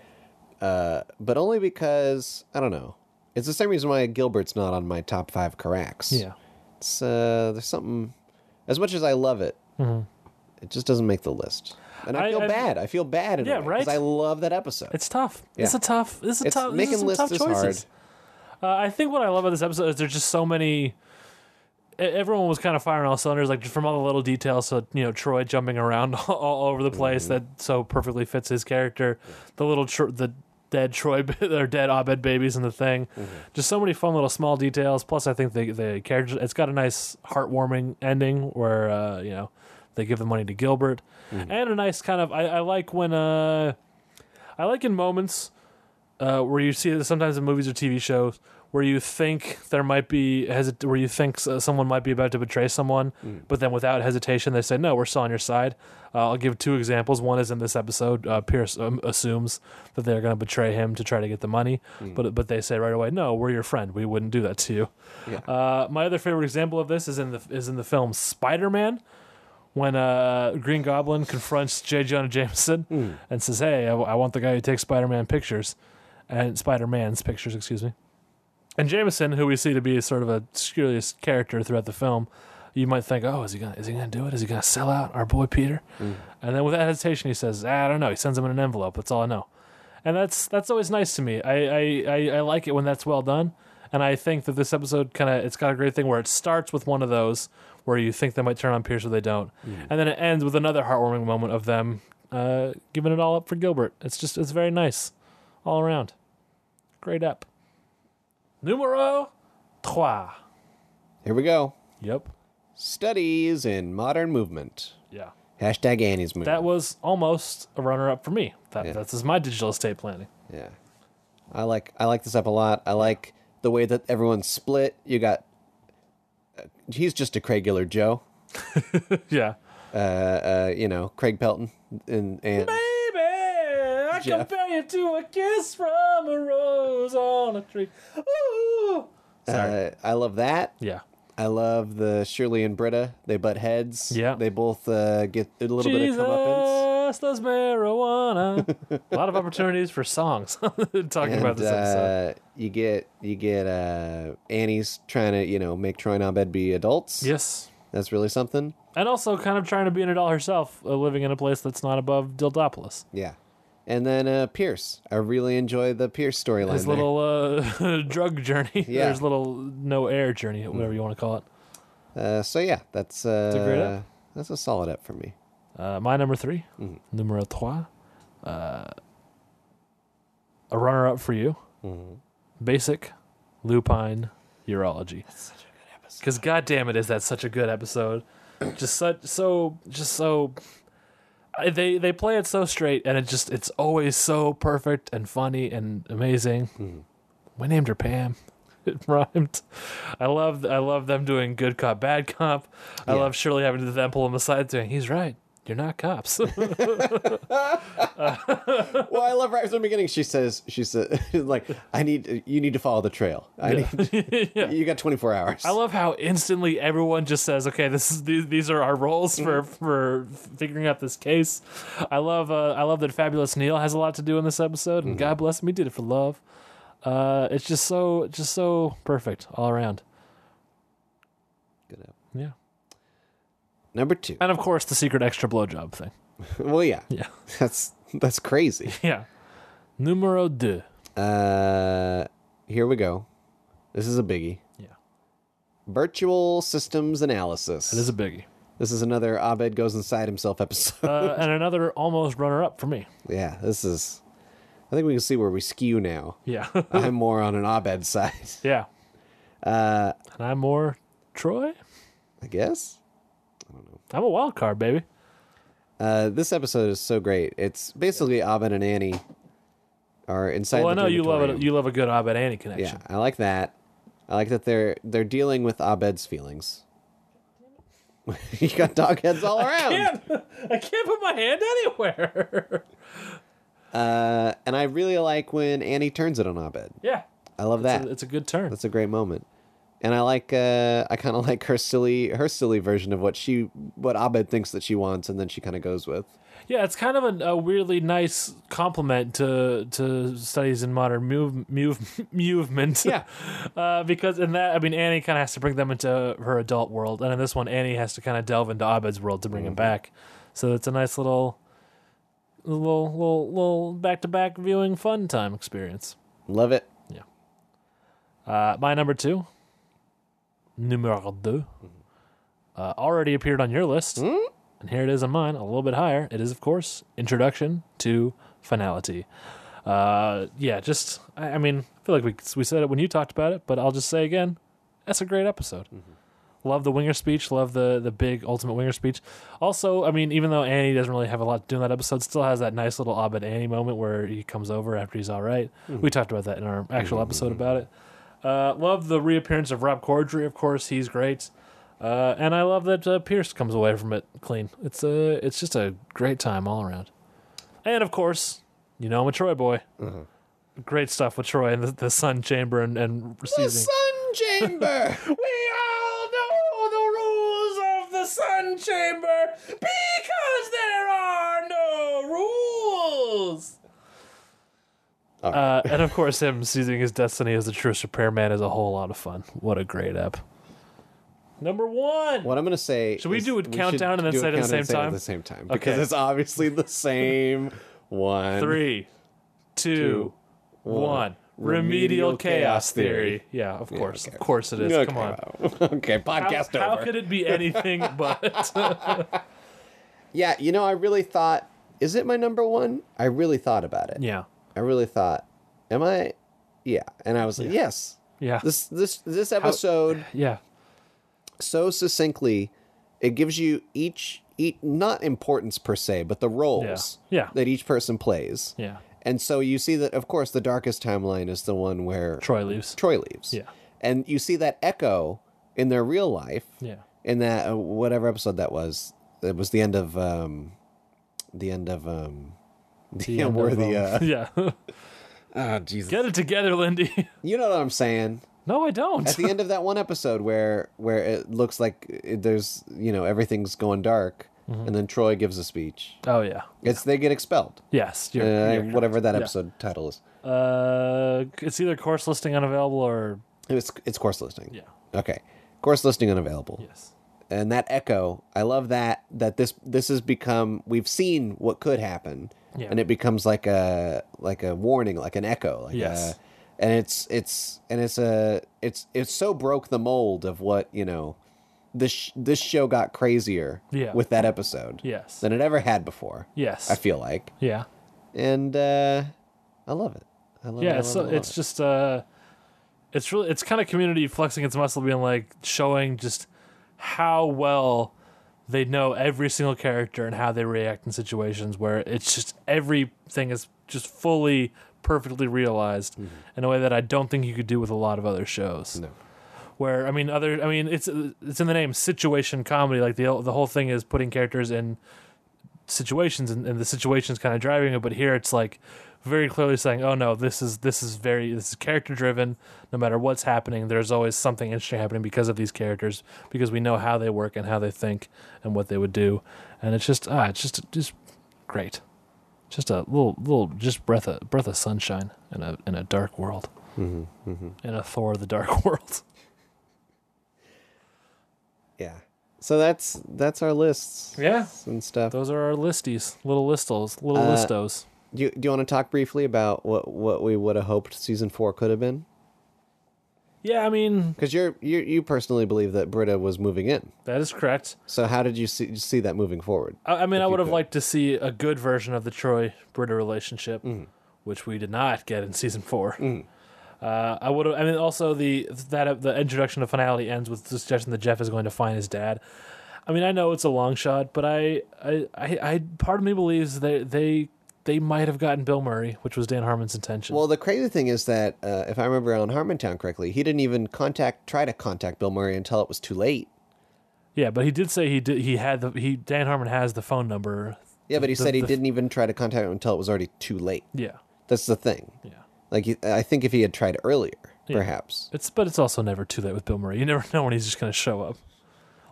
S6: uh, but only because I don't know. It's the same reason why Gilbert's not on my top five Caracks.
S7: Yeah,
S6: it's uh, there's something. As much as I love it, it just doesn't make the list. and I
S7: Mm-hmm. I-
S6: feel
S7: I-
S6: bad. I feel bad. In
S7: Yeah,
S6: a way, 'cause
S7: right?
S6: I love that episode.
S7: It's tough.
S6: Yeah.
S7: It's a tough. This is a
S6: It's-
S7: tough.
S6: making
S7: Making these are some
S6: lists
S7: tough
S6: is
S7: choices. Uh, I think what I love about this episode is there's just so many. e- Everyone was kind of firing all cylinders, like from all the little details. So you know, Troy jumping around (laughs) all, all over the place
S6: Mm-hmm.
S7: that so perfectly fits his character. The little tr- the dead Troy (laughs) or dead Abed babies in the thing.
S6: Mm-hmm.
S7: Just so many fun little small details. Plus, I think the the character it's got a nice heartwarming ending where uh, you know they give the money to Gilbert,
S6: Mm-hmm.
S7: and a nice kind of I, I like when uh I like in moments uh, where you see it sometimes in movies or TV shows where you think there might be hesit- where you think s- uh, someone might be about to betray someone, but then without hesitation they say, "No, we're still on your side." Uh, I'll give two examples. One is in this episode, uh, Pierce um, assumes that they're going to betray him to try to get the money, but but they say right away, "No, we're your friend. We wouldn't do that to you." Uh, my other favorite example of this is in the is in the film Spider Man when uh, Green Goblin confronts J. Jonah Jameson and says, "Hey, I, I want the guy who takes Spider-Man pictures and Spider-Man's pictures, excuse me." And Jameson, who we see to be sort of a curious character throughout the film, you might think, "Oh, is he gonna is he gonna do it? Is he gonna sell out our boy Peter?" And then without hesitation, he says, "Ah, "I don't know." He sends him in an envelope. That's all I know. And that's that's always nice to me. I I, I, I like it when that's well done. And I think that this episode kind of it's got a great thing where it starts with one of those where you think they might turn on Pierce or they don't, and then it ends with another heartwarming moment of them uh, giving it all up for Gilbert. It's just it's very nice all around. Great up. Numero trois.
S6: Here we go.
S7: Yep.
S6: Studies in modern movement.
S7: Yeah.
S6: Hashtag Annie's movement.
S7: That was almost a runner up for me. That
S6: Yeah.
S7: that's is my digital estate planning.
S6: Yeah, I like I like this up a lot. I like the way that everyone's split. You got uh, he's just a Craigular Joe,
S7: Yeah.
S6: uh, you know, Craig Pelton, and and
S7: Baby, I
S6: Jeff.
S7: compare you to a kiss from a rose on a tree. Ooh. Sorry.
S6: uh, I love that.
S7: yeah.
S6: I love the Shirley and Britta. They butt heads.
S7: Yeah.
S6: they both uh, get a little
S7: Jesus
S6: bit of comeuppance.
S7: does marijuana. a lot of opportunities for songs (laughs) talking about
S6: And
S7: this episode.
S6: uh, you get you get uh, Annie's trying to you know make Troy and Abed be adults.
S7: Yes.
S6: that's really something.
S7: And also kind of trying to be an adult herself, uh, living in a place that's not above Dildopolis.
S6: Yeah. And then uh, Pierce. I really enjoy the Pierce storyline.
S7: His
S6: there.
S7: little uh, (laughs) drug journey.
S6: Yeah. Mm-hmm.
S7: There's little no air journey, whatever you want to call it.
S6: Uh, so yeah, that's uh,
S7: a great up.
S6: that's a solid up for me.
S7: Uh, my number 3 numero trois, uh, a runner up for you. Basic lupine urology. That's such a good episode. Because goddamn it, is that such a good episode? (clears throat) just such so just so. I- They they play it so straight, and it just it's always so perfect and funny and amazing. We named her Pam. (laughs) It rhymed. I love I love them doing good cop bad cop. I love Shirley having to then pull him aside saying he's right. You're not cops.
S6: Well,
S7: (laughs)
S6: I love right from the beginning. She says she says (laughs) like I need you need to follow the trail. I (laughs) need you got 24 hours.
S7: I love how instantly everyone just says, "Okay, this is these, these are our roles for for figuring out this case." I love uh, I love that Fabulous Neil has a lot to do in this episode, and God bless him, he did it for love. Uh, it's just so just so perfect all around.
S6: Good up.
S7: Yeah,
S6: Number two.
S7: and of course the secret extra blowjob thing. (laughs)
S6: Well, yeah, (laughs)
S7: Yeah,
S6: that's that's crazy.
S7: yeah. Numero deux.
S6: Uh, here we go. This is a biggie.
S7: Yeah,
S6: Virtual systems analysis.
S7: it is a biggie.
S6: this is another Abed goes inside himself episode. (laughs)
S7: Uh, and another almost runner up for me.
S6: yeah, this is. I think we can see where we skew now.
S7: Yeah, (laughs)
S6: I'm more on an Abed side, (laughs)
S7: yeah. Uh, and I'm more Troy.
S6: I guess.
S7: I'm a wild card, baby.
S6: Uh, this episode is so great. It's basically Abed and Annie are inside.
S7: Well, I
S6: the
S7: know you love it.
S6: dormitorium.
S7: You love a good Abed Annie
S6: yeah,
S7: connection.
S6: I like that. I like that they're they're dealing with Abed's feelings. (laughs) you got dog heads all around,
S7: (laughs) I can't put my hand anywhere. (laughs)
S6: Uh, and I really like when Annie turns it on Abed.
S7: yeah,
S6: I love that.
S7: it's a, it's a good turn.
S6: That's a great moment. And I like uh, I kind of like her silly her silly version of what she what Abed thinks that she wants, and then she kind of goes with.
S7: Yeah, it's kind of an, a weirdly nice compliment to to studies in modern move, move, (laughs) movement.
S6: Yeah.
S7: uh, because in that, I mean, Annie kind of has to bring them into her adult world, and in this one, Annie has to kind of delve into Abed's world to bring him back. So it's a nice little, little little little back to back viewing fun time experience.
S6: Love it.
S7: Uh, my number two, numero deux, uh, already appeared on your list, and here it is on mine, a little bit higher. It is, of course, Introduction to Finality. Uh, yeah, just I, I mean, I feel like we we said it when you talked about it, but I'll just say again, that's a great episode. Love the winger speech. Love the the big ultimate winger speech. Also, I mean, even though Annie doesn't really have a lot to do in that episode, still has that nice little Abed Annie moment where he comes over after he's all right. We talked about that in our actual episode about it. Uh, love the reappearance of Rob Corddry. Of course, he's great, uh, and I love that uh, Pierce comes away from it clean. It's a it's just a great time all around. And of course, you know I'm a Troy boy. Great stuff with Troy and the, the Sun Chamber and and seizing.
S6: Sun chamber.
S7: We all know the rules of the Sun Chamber because there are no rules. Uh, and of course, him seizing his destiny as a true repairman is a whole lot of fun. What a great app! Number one.
S6: what I'm gonna say.
S7: Should we
S6: is
S7: do a
S6: should
S7: countdown and then
S6: do a
S7: say it at the
S6: countdown and
S7: same
S6: say it
S7: time?
S6: At the same time,
S7: Okay.
S6: because it's obviously the
S7: (laughs)
S6: same one.
S7: Three, two,
S6: two,
S7: one.
S6: one.
S7: Remedial
S6: Remedial
S7: chaos
S6: chaos
S7: theory. Yeah, of course,
S6: okay.
S7: of course it is.
S6: Okay.
S7: Come on.
S6: (laughs) okay,
S7: How,
S6: podcast
S7: how
S6: over.
S7: could it
S6: (laughs)
S7: be anything but?
S6: yeah, you know, I really thought. Is it my number one? I really thought about it.
S7: (laughs) yeah.
S6: I really thought, am I? Yeah, and I was like, yes.
S7: Yeah.
S6: This this this episode
S7: Yeah.
S6: so succinctly, it gives you each each not importance per se, but the roles
S7: Yeah.
S6: that each person plays.
S7: Yeah.
S6: And so you see that, of course, the darkest timeline is the one where
S7: Troy leaves.
S6: Troy leaves.
S7: Yeah.
S6: And you see that echo in their real life.
S7: Yeah.
S6: In that uh, whatever episode that was, it was the end of um, the end of um, (laughs) the,
S7: end of,
S6: unworthy.
S7: um, Ah,
S6: Uh,
S7: (laughs) yeah.
S6: oh Jesus!
S7: Get it together, Lindy. (laughs)
S6: You know what I'm saying?
S7: No, I don't.
S6: At the end of that one episode where where it looks like it, there's you know everything's going dark,
S7: Mm-hmm.
S6: and then Troy gives a speech.
S7: (laughs) oh yeah.
S6: It's they get expelled.
S7: Yes. You're,
S6: Uh,
S7: you're correct.
S6: whatever that
S7: Yeah.
S6: episode title is.
S7: Uh, it's either course listing unavailable or
S6: It's it's course listing.
S7: Yeah.
S6: Okay. Course listing unavailable.
S7: yes.
S6: and that echo i love that that this this has become we've seen what could happen
S7: Yeah.
S6: and it becomes like a like a warning like an echo like
S7: Yes.
S6: a, and it's it's and it's a it's it's so broke the mold of what you know this sh- this show got crazier
S7: Yeah.
S6: with that episode
S7: Yes.
S6: than it ever had before
S7: Yes.
S6: i feel like
S7: yeah.
S6: and uh i love it i love it I
S7: Yeah.
S6: love
S7: So
S6: it, I love
S7: it's
S6: it.
S7: just uh, it's really it's kind of community flexing its muscle, being like showing just how well they know every single character and how they react in situations where it's just everything is just fully perfectly realized in a way that I don't think you could do with a lot of other shows.
S6: Mm-hmm. No.
S7: Where I mean, other I mean, it's it's in the name situation comedy. Like the the whole thing is putting characters in situations and, and the situation's kind of driving it but here it's like very clearly saying oh no this is this is very this is character driven no matter what's happening there's always something interesting happening because of these characters because we know how they work and how they think and what they would do and it's just ah it's just just great just a little little just breath of breath of sunshine in a in a dark world in a thor the dark (laughs) world
S6: yeah so that's that's our lists
S7: yeah
S6: and stuff
S7: those are our listies little listos little listos
S6: Do you, do you want to talk briefly about what, what we would have hoped season four could have been?
S7: yeah i mean
S6: Because you're you you personally believe that Britta was moving in.
S7: that is correct
S6: So how did you see, see that moving forward?
S7: I, I mean, I
S6: you
S7: would have
S6: could.
S7: liked to see a good version of the Troy Britta relationship,
S6: Mm.
S7: which we did not get in season four. Uh, I would have. I mean, also the that uh, the introduction to finality ends with the suggestion that Jeff is going to find his dad. I mean, I know it's a long shot, but I, I, I, I part of me believes they they they might have gotten Bill Murray, which was Dan Harmon's intention.
S6: Well, the crazy thing is that uh, if I remember on Harmontown correctly, he didn't even contact try to contact Bill Murray until it was too late.
S7: yeah, but he did say he did he had the he Dan Harmon has the phone number.
S6: Yeah, but he
S7: The-
S6: said he
S7: the-
S6: didn't even try to contact him until it was already too late.
S7: Yeah,
S6: That's the thing.
S7: yeah.
S6: Like he- I think if he had tried earlier, perhaps.
S7: It's but it's also never too late with Bill Murray. You never (laughs) know when he's just going to show up.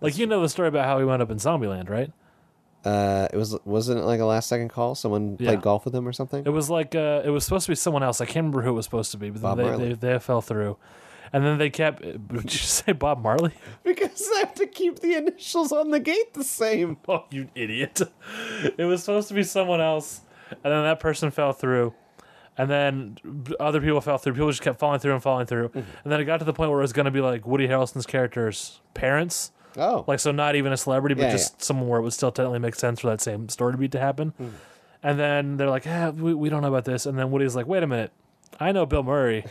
S7: Like you know the story about how he wound up in Zombieland, right?
S6: Uh, it was wasn't it like a last second call? Someone
S7: Yeah.
S6: played golf with him or something.
S7: It was like uh, it was supposed to be someone else. I can't remember who it was supposed to be, but
S6: Bob
S7: then they,
S6: Marley.
S7: they they fell through, and then they kept. (laughs) Did you say Bob Marley?
S6: (laughs)
S7: (laughs)
S6: because I have to keep the initials on the gate the same.
S7: Oh, you idiot! It was supposed to be someone else, and then that person fell through, and then b- other people fell through. People just kept falling through and falling through,
S6: Mm-hmm.
S7: and then it got to the point where it was going to be like Woody Harrelson's character's parents.
S6: Oh,
S7: Like so, not even a celebrity, but
S6: Yeah, Hmm.
S7: just someone where it would still technically make sense for that same story to be to happen. And then they're like, ah, we, we don't know about this. And then Woody's like, wait a minute, I know Bill Murray.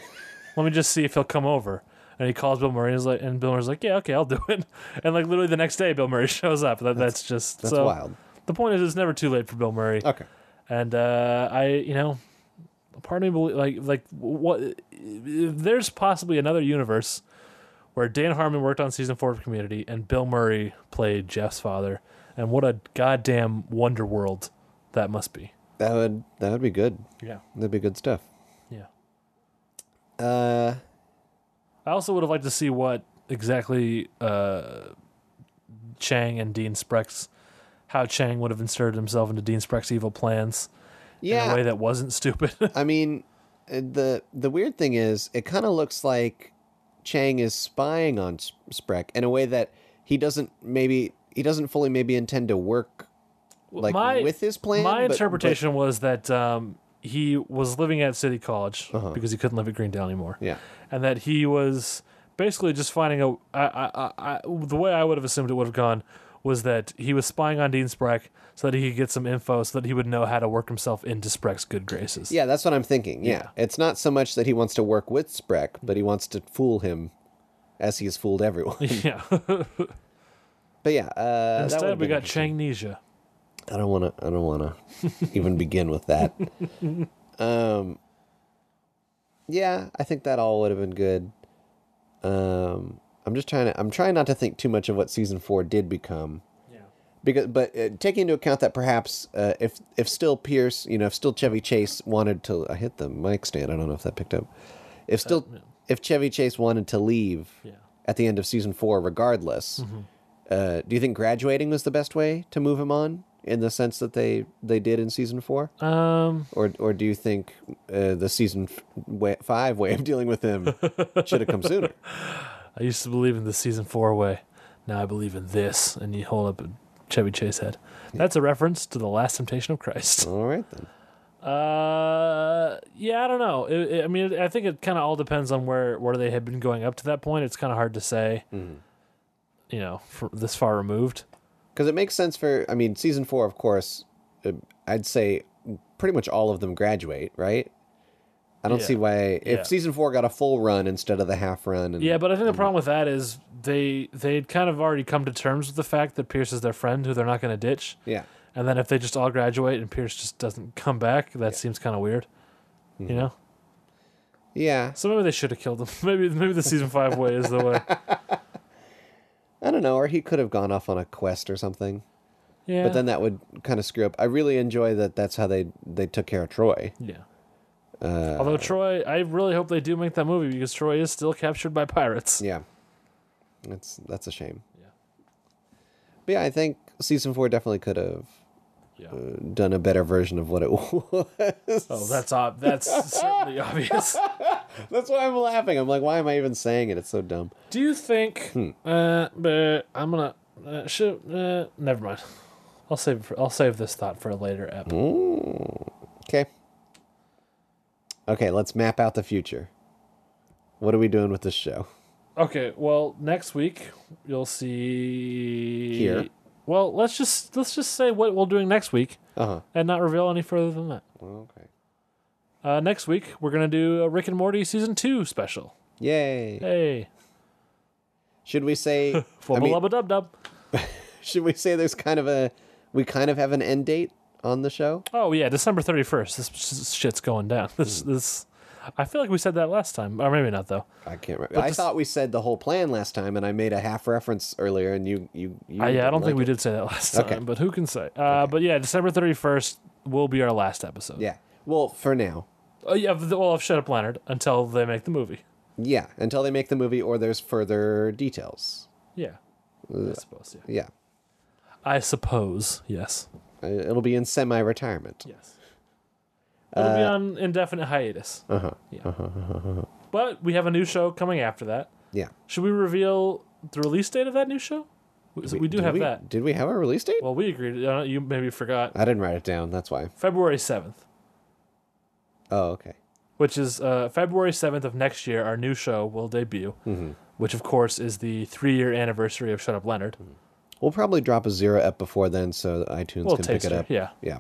S7: Let me just see if he'll come over. And he calls Bill Murray, and, he's like, and Bill Murray's like, yeah, okay, I'll do it. (laughs) And like literally the next day, Bill Murray (laughs) shows up. That, that's, just
S6: that's
S7: so
S6: wild.
S7: The point is, it's never too late for Bill Murray.
S6: okay.
S7: And uh, I, you know, part of me belie like like what if there's possibly another universe where Dan Harmon worked on season four of Community and Bill Murray played Jeff's father, and what a goddamn wonder world that must be.
S6: That would that would be good.
S7: Yeah,
S6: That'd be good stuff.
S7: yeah.
S6: Uh,
S7: I also would have liked to see what exactly uh, Chang and Dean Sprex, how Chang would have inserted himself into Dean Spreck's evil plans in a way
S6: yeah.
S7: that wasn't stupid. (laughs)
S6: I mean, uh, the the weird thing is, it kind of looks like Chang is spying on S- Spreck in a way that he doesn't maybe he doesn't fully maybe intend to work like with his plan.
S7: My
S6: but- but-
S7: interpretation was that um, he was living at City College because he couldn't live at Greendale anymore.
S6: Uh-huh. Yeah.
S7: and that he was basically just finding a. I, I, I, I- the way I would have assumed it would have gone was that he was spying on Dean Spreck so that he could get some info so that he would know how to work himself into Spreck's good graces.
S6: yeah, that's what I'm thinking. Yeah. it's not so much that he wants to work with Spreck, but he wants to fool him, as he has fooled everyone. (laughs)
S7: (laughs) yeah.
S6: but yeah, uh, that would've
S7: Instead, we
S6: been
S7: got Changnesia.
S6: I don't want to. I don't want to even begin with that. Um, yeah, I think that all would have been good. Um, I'm just trying to. I'm trying not to think too much of what season four did become. Because, but uh, taking into account that perhaps uh, if if still Pierce, you know, if still Chevy Chase wanted to, I hit the mic stand. I don't know if that picked up. If still, if Chevy Chase wanted to leave at the end of season four, regardless, uh, do you think graduating was the best way to move him on in the sense that they they did in season four,
S7: Um,
S6: or or do you think uh, the season f- way, five way of dealing with
S7: (laughs)
S6: him should have come sooner?
S7: I used to believe in the season four way. Now I believe in this. And you hold up a Chevy Chase head. That's a reference to the Last Temptation of Christ.
S6: All right then.
S7: Uh, yeah, I don't know. It, it- I mean, I think it kind of all depends on where where they had been going up to that point. It's kind of hard to say.
S6: Mm-hmm.
S7: You know, for this far removed.
S6: because it makes sense for i mean season four of course uh, i'd say pretty much all of them graduate right i don't
S7: Yeah.
S6: see why if
S7: Yeah.
S6: season four got a full run instead of the half run and
S7: Yeah, but I think the problem with that is they they'd kind of already come to terms with the fact that Pierce is their friend, who they're not going to ditch.
S6: yeah
S7: And then if they just all graduate and Pierce just doesn't come back, that seems kind of weird.
S6: Mm-hmm.
S7: You know,
S6: yeah
S7: so maybe they should have killed him. (laughs) maybe maybe the season five way is the
S6: (laughs)
S7: way.
S6: i don't know or he could have gone off on a quest or something
S7: Yeah,
S6: but then that would kind of screw up i really enjoy that that's how they they took care of troy
S7: Yeah. Although Troy, I really hope they do make that movie because Troy is still captured by pirates.
S6: yeah that's that's a shame yeah but yeah i think season four definitely could have uh,
S7: Yeah.
S6: done a better version of what it (laughs) was
S7: Oh, that's ob- that's certainly obvious.
S6: That's why I'm laughing. I'm like, why am I even saying it? It's so dumb.
S7: Do you think? Uh, but I'm gonna uh, shoot. Uh, never mind. I'll save. it For, I'll save this thought for a later app.
S6: Okay. Okay, let's map out the future. What are we doing with this show?
S7: Okay. Well, next week you'll see.
S6: Here.
S7: Well, let's just let's just say what we're doing next week
S6: Uh huh.
S7: and not reveal any further than that.
S6: Okay.
S7: Uh, next week we're gonna do a Rick and Morty season two special.
S6: Yay.
S7: Hey,
S6: Should we (laughs) say? I
S7: flubba
S6: mean,
S7: lubba dub dub.
S6: should we say there's kind of a we kind of have an end date on the show?
S7: Oh yeah, December thirty first. This sh- shit's going down. (laughs) This this. I feel like we said that last time, or maybe not though.
S6: Hmm. I can't remember. I
S7: this-
S6: thought we said the whole plan last time, and I made a half reference earlier, and you you, you
S7: I, yeah, I
S6: didn't
S7: don't think
S6: like
S7: we
S6: it.
S7: did say that last time,
S6: Okay.
S7: but who can say? Uh, But yeah, December thirty first will be our last episode.
S6: Yeah. Well, for now.
S7: Oh yeah. of the- Well, of Shut Up Leonard until they make the movie.
S6: Yeah, until they make the movie or there's further details.
S7: Yeah. I suppose. Yeah.
S6: Yeah.
S7: I suppose. Yes.
S6: Uh, It'll be in semi-retirement.
S7: Yes. It'll
S6: Uh,
S7: be on indefinite hiatus. Uh
S6: Uh-huh.
S7: huh. Yeah.
S6: (laughs)
S7: But we have a new show coming after that.
S6: Yeah.
S7: Should we reveal the release date of that new show? We, so we do
S6: Did
S7: have
S6: we-
S7: that.
S6: Did we have a release date?
S7: Well, we agreed. Uh, you maybe forgot
S6: I didn't write it down. That's why.
S7: February seventh,
S6: Oh, okay.
S7: which is uh, February seventh of next year. Our new show will debut, which of course is the three-year anniversary of Shut Up Leonard.
S6: We'll probably drop a zero up before then, so iTunes
S7: Well,
S6: can pick it
S7: taster,
S6: up.
S7: yeah.
S6: Yeah.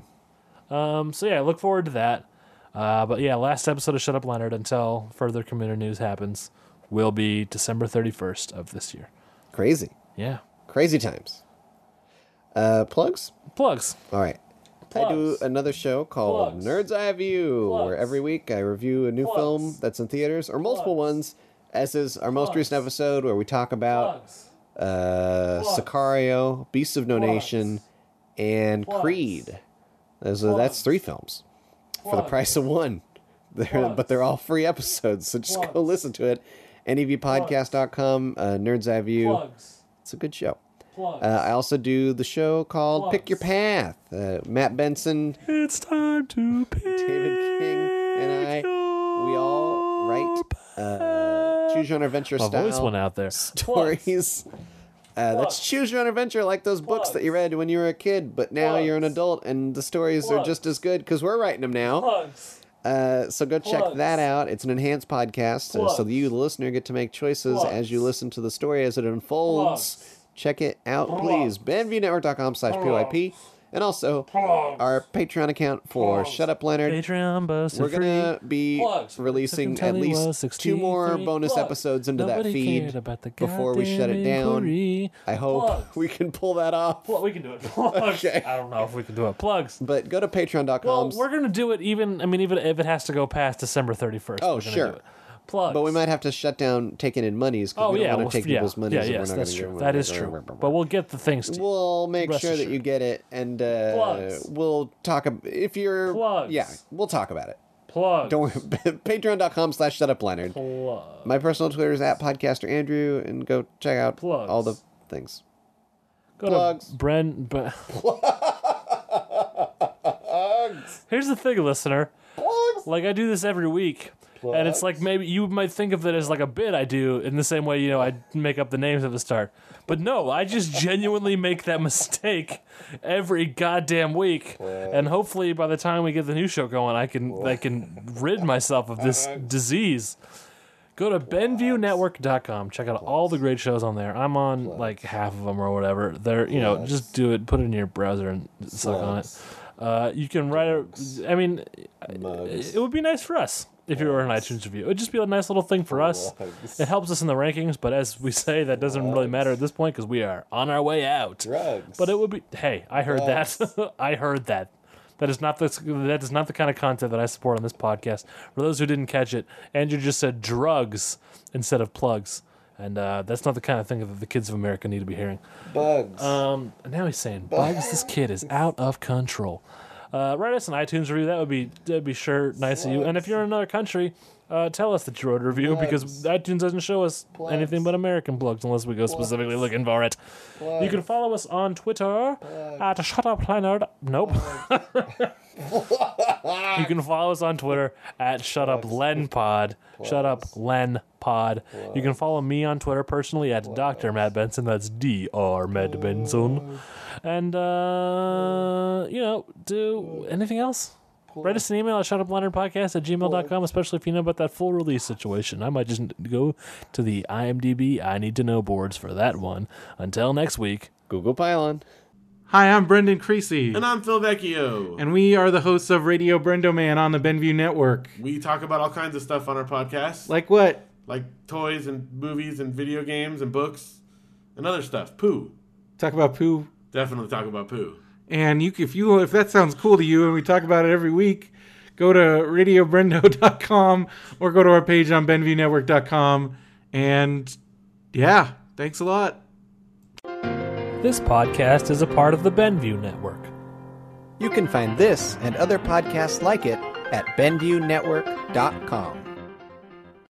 S7: Um, so yeah, look forward to that. Uh, but yeah, last episode of Shut Up Leonard until further community news happens will be December 31st of this year.
S6: Crazy.
S7: Yeah.
S6: Crazy times. Uh, plugs.
S7: Plugs.
S6: All right. I do
S7: Plugs.
S6: another show called
S7: Plugs.
S6: Nerds Eye View, where
S7: Plugs.
S6: every week I review a new
S7: Plugs.
S6: film that's in theaters or multiple
S7: Plugs.
S6: ones. As is our most
S7: Plugs.
S6: recent episode, where we talk about
S7: Plugs.
S6: uh,
S7: Plugs.
S6: Sicario, Beasts of No
S7: Plugs.
S6: Nation, and
S7: Plugs.
S6: Creed. Those are, that's
S7: Plugs.
S6: three films for the
S7: Plugs.
S6: price of one. (laughs) They're, but
S7: Plugs.
S6: they're all free episodes, so just go
S7: Plugs.
S6: listen to it. E NEVpodcast.com, uh, Nerds Eye View.
S7: Plugs.
S6: It's a good show.
S7: Plugs.
S6: Uh, I also do the show called Pick
S7: Plugs.
S6: Your Path. Uh, Matt Benson,
S7: it's time to pick.
S6: David King, and I, we all write uh, Choose Your Own Adventure
S7: My
S6: style
S7: voice went out there.
S6: stories. (laughs) Uh, that's Choose Your Own Adventure, like those books that you read when you were a kid, but now you're an
S7: Plugs.
S6: adult and the stories are
S7: Plugs.
S6: just as good because we're writing them now.
S7: Plugs.
S6: Uh, so go check
S7: Plugs.
S6: that out. It's an enhanced podcast, uh, so
S7: Plugs.
S6: that you, the listener, get to make choices
S7: Plugs.
S6: as you listen to the story as it unfolds.
S7: Plugs.
S6: Check it out, please. BenviewNetwork.com slash PYP. And also our Patreon account for Shut Up Leonard.
S7: Patreon boast
S6: We're gonna be
S7: Plugs.
S6: releasing at
S7: Kentucky was
S6: least
S7: 63
S6: two more bonus
S7: plugs.
S6: episodes into
S7: Nobody
S6: that feed
S7: cared about the
S6: before we shut it
S7: goddamn
S6: down.
S7: inquiry.
S6: I hope
S7: Plugs.
S6: we can pull that off.
S7: Well, we can do it. (laughs) Plugs.
S6: Okay.
S7: I don't know if we can do it. Plugs.
S6: But go to patreon.com.
S7: Well, we're gonna do it. Even I mean, even if it has to go past December thirty first.
S6: Oh,
S7: we're gonna
S6: sure.
S7: Do it. Plugs.
S6: but we might have to shut down taking in monies because
S7: Oh
S6: we don't
S7: yeah,
S6: want to
S7: well,
S6: take
S7: yeah,
S6: people's monies.
S7: Yeah,
S6: if
S7: yes,
S6: we're not
S7: that's
S6: gonna
S7: true.
S6: give them-
S7: That is true. But we'll get the things to you.
S6: We'll make
S7: Rest
S6: sure that you
S7: assured.
S6: get it, and uh,
S7: Plugs.
S6: we'll talk. Ab- if you're,
S7: Plugs.
S6: yeah, we'll talk about it.
S7: Plugs.
S6: Don't worry. (laughs) Patreon.com slash Shut Up Leonard.
S7: Plugs.
S6: My personal Twitter is at Podcaster Andrew, and go check out
S7: Plugs.
S6: all the things.
S7: Go
S6: Plugs.
S7: To Bren. Bre- (laughs) Here's the thing, listener. Like I do this every week, and it's like maybe you might think of it as like a bit I do in the same way you know I make up the names at the start, but no, I just genuinely make that (laughs) mistake every goddamn week, and hopefully by the time we get the new show going, I can I can rid myself of this disease. Go to BenviewNetwork.com. Check out all the great shows on there. I'm on like half of them or whatever. They're you know just do it, put it in your browser and suck on it. Uh, you can write a. I mean,
S6: Mugs.
S7: it would be nice for us if you were an iTunes review. It would just be a nice little thing for us. It helps us in the rankings, but as we say, that doesn't really matter at this point because we are on our way out.
S6: Drugs.
S7: But it would be. Hey, I heard that. (laughs) I heard that. That is not the that is not the kind of content that I support on this podcast. For those who didn't catch it, Andrew just said drugs instead of plugs, and uh, that's not the kind of thing that the kids of America need to be hearing.
S6: Bugs.
S7: Um, and now he's saying bugs. This kid is out of control. Uh, write us an iTunes review. That would be that'd be sure nice of you. And if you're in another country, uh, tell us that you wrote a review because iTunes doesn't show us anything but American plugs unless we go specifically looking for it. You can follow us on Twitter at Shut Up Leonard. Nope. (laughs) you can follow us on Twitter at Shut Up Len Pod. Shut Up Len Pod. You can follow me on Twitter personally at Dr. Matt Benson. That's Dr. Matt Benson. And, uh, you know, do anything else? Write us an email at shutupleonardpodcast at gmail.com, especially if you know about that full release situation. I might just go to the IMDb I Need to Know boards for that one. Until next week.
S6: Google Pylon.
S8: Hi, I'm Brendan Creasy,
S9: And I'm Phil Vecchio.
S8: and we are the hosts of Radio Brendoman on the Benview Network.
S9: we talk about all kinds of stuff on our podcast, like,
S8: Like what?
S9: toys and movies and video games and books and other stuff. Poo.
S8: Talk about poo.
S9: Definitely talk about poo.
S8: And you, if you, if that sounds cool to you, and we talk about it every week, go to radiobrendo.com or go to our page on benviewnetwork.com. And yeah, thanks a lot.
S7: This podcast is a part of the Benview Network.
S6: You can find this and other podcasts like it at BenviewNetwork.com.